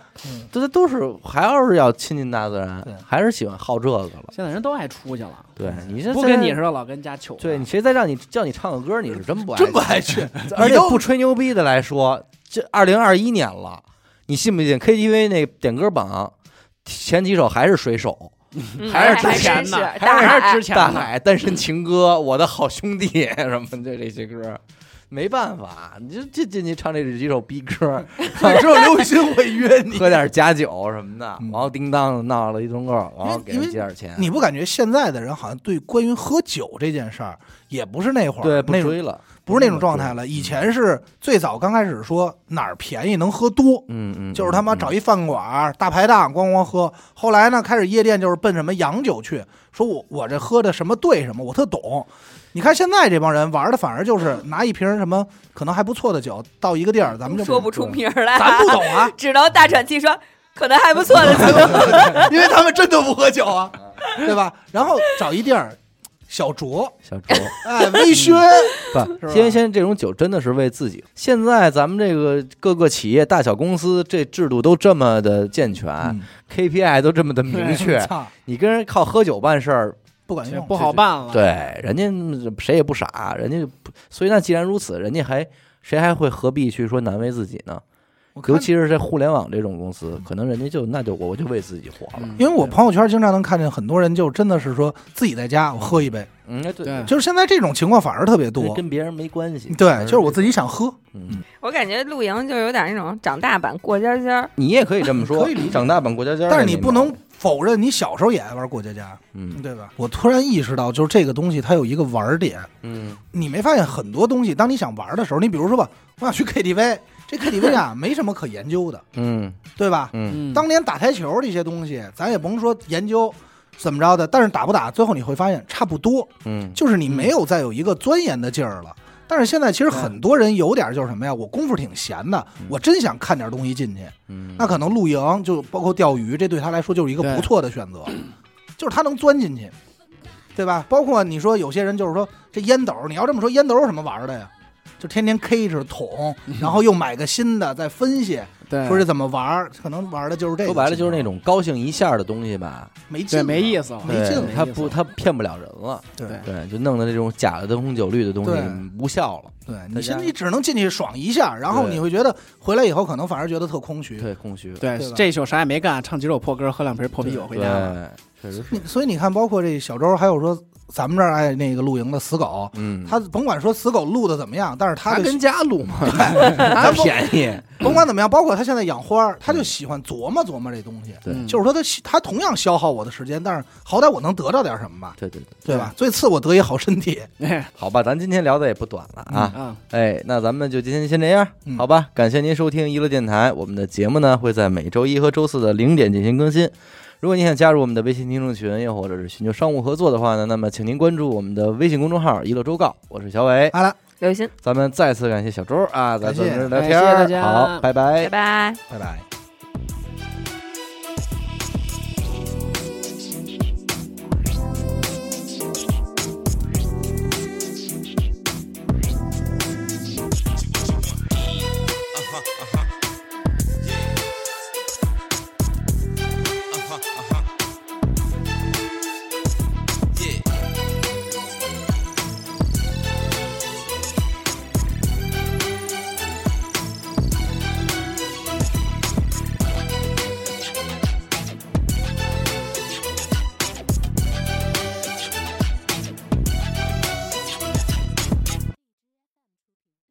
这这都是还要是要亲近大自然对，还是喜欢好这个了。现在人都爱出去了，对你这不现跟在你似的老跟家求。对你谁再让你叫你唱个歌，你是真不爱真不爱去，而你且都不吹牛逼的来说，这二零二一年了，你信不信 KTV 那点歌榜前几首还是水手、嗯还是真之前是的，大哎还海哎是之前大的。海、单身情歌、我的好兄弟什么的这些歌。没办法，你就就进去唱这几首逼歌，只有刘雨欣会约 你。喝点假酒什么的，嗯然后叮当闹了一通够，然后给因人为借点钱，你不感觉现在的人好像对关于喝酒这件事儿，也不是那会儿对不那种追了，不是那种状态了。以前是最早刚开始说哪儿便宜能喝多，嗯嗯，就是他妈嗯找一饭馆儿、大排档咣咣喝。后来呢，开始夜店就是奔什么洋酒去，说我我这喝的什么兑什么，我特懂。你看现在这帮人玩的反而就是拿一瓶什么可能还不错的酒到一个地儿，咱们就说不出名儿来，咱不懂啊， 只能大喘气说，可能还不错的酒。因为他们真的不喝酒啊，嗯对吧？然后找一地儿，小酌，小周。哎，嗯微醺，不 吧，因为现在这种酒真的是为自己。现在咱们这个各个企业、大小公司这制度都这么的健全、k 嗯 p i 都这么哎的明确，操， 你跟人靠喝酒办事儿，不管用，哎不好办了，对，人家谁也不傻，人家就不所以那既然如此，人家还谁还会何必去说难为自己呢？我看尤其是在互联网这种公司，可能人家就那就我我就为自己活了。嗯因为我朋友圈经常能看见很多人就真的是说自己在家我喝一杯，嗯，哎对对就是现在这种情况反而特别多。跟别人没关系。对，就是我自己想喝，嗯，我感觉露营就有点那种长大版过家家儿，你也可以这么说，可以理解长大版过家家，但是你不能否认你小时候也爱玩过家家，嗯对吧？我突然意识到，就是这个东西它有一个玩儿点，嗯，你没发现很多东西，当你想玩的时候，你比如说吧，我想去 KTV，这 KTV 啊 没什么可研究的，嗯对吧？嗯嗯，当年打台球这些东西，咱也甭说研究怎么着的，但是打不打，最后你会发现差不多，嗯就是你没有再有一个钻研的劲儿了。但是现在其实很多人有点就是什么呀，我功夫挺闲的，我真想看点东西进去，嗯，那可能露营就包括钓鱼，这对他来说就是一个对不错的选择， 就是他能钻进去，对吧？包括你说有些人就是说这烟斗，你要这么说，烟斗有什么玩的呀？就天天 K 着捅，然后又买个新的再分析，嗯对，说这怎么玩，可能玩的就是这个。说白了就是那种高兴一下的东西吧，没劲对了，没意思了，没劲了对他不他骗不了人了，对对对，就弄的这种假的灯红酒绿的东西对无效了，对，大你家心里只能进去爽一下，然后对你会觉得回来以后可能反而觉得特空虚。对，空虚，对对吧这宿啥也没干，唱几首破歌，喝两瓶破啤酒回对家了。，确实是你，所以你看，包括这小周，还有说咱们这儿爱那个露营的死狗，嗯，他甭管说死狗录的怎么样，但是他他就跟家录嘛， 他便宜，甭管怎么样，包括他现在养花儿，他就喜欢琢磨琢磨这东西。对嗯就是说他喜他同样消耗我的时间，但是好歹我能得到点什么吧，对对对，对吧？最次我得一好身体。哎好吧，咱今天聊的也不短了啊，啊，哎，那咱们就今天先这样，嗯好吧？感谢您收听娱乐电台，我们的节目呢会在每周一和周四的零点进行更新。如果您想加入我们的微信听众群，又或者是寻求商务合作的话呢，那么请您关注我们的微信公众号“娱乐周告”，我是小伟。好了，刘鑫，咱们再次感谢小周啊，咱感谢们聊感谢天儿大家好，拜拜拜拜。拜拜。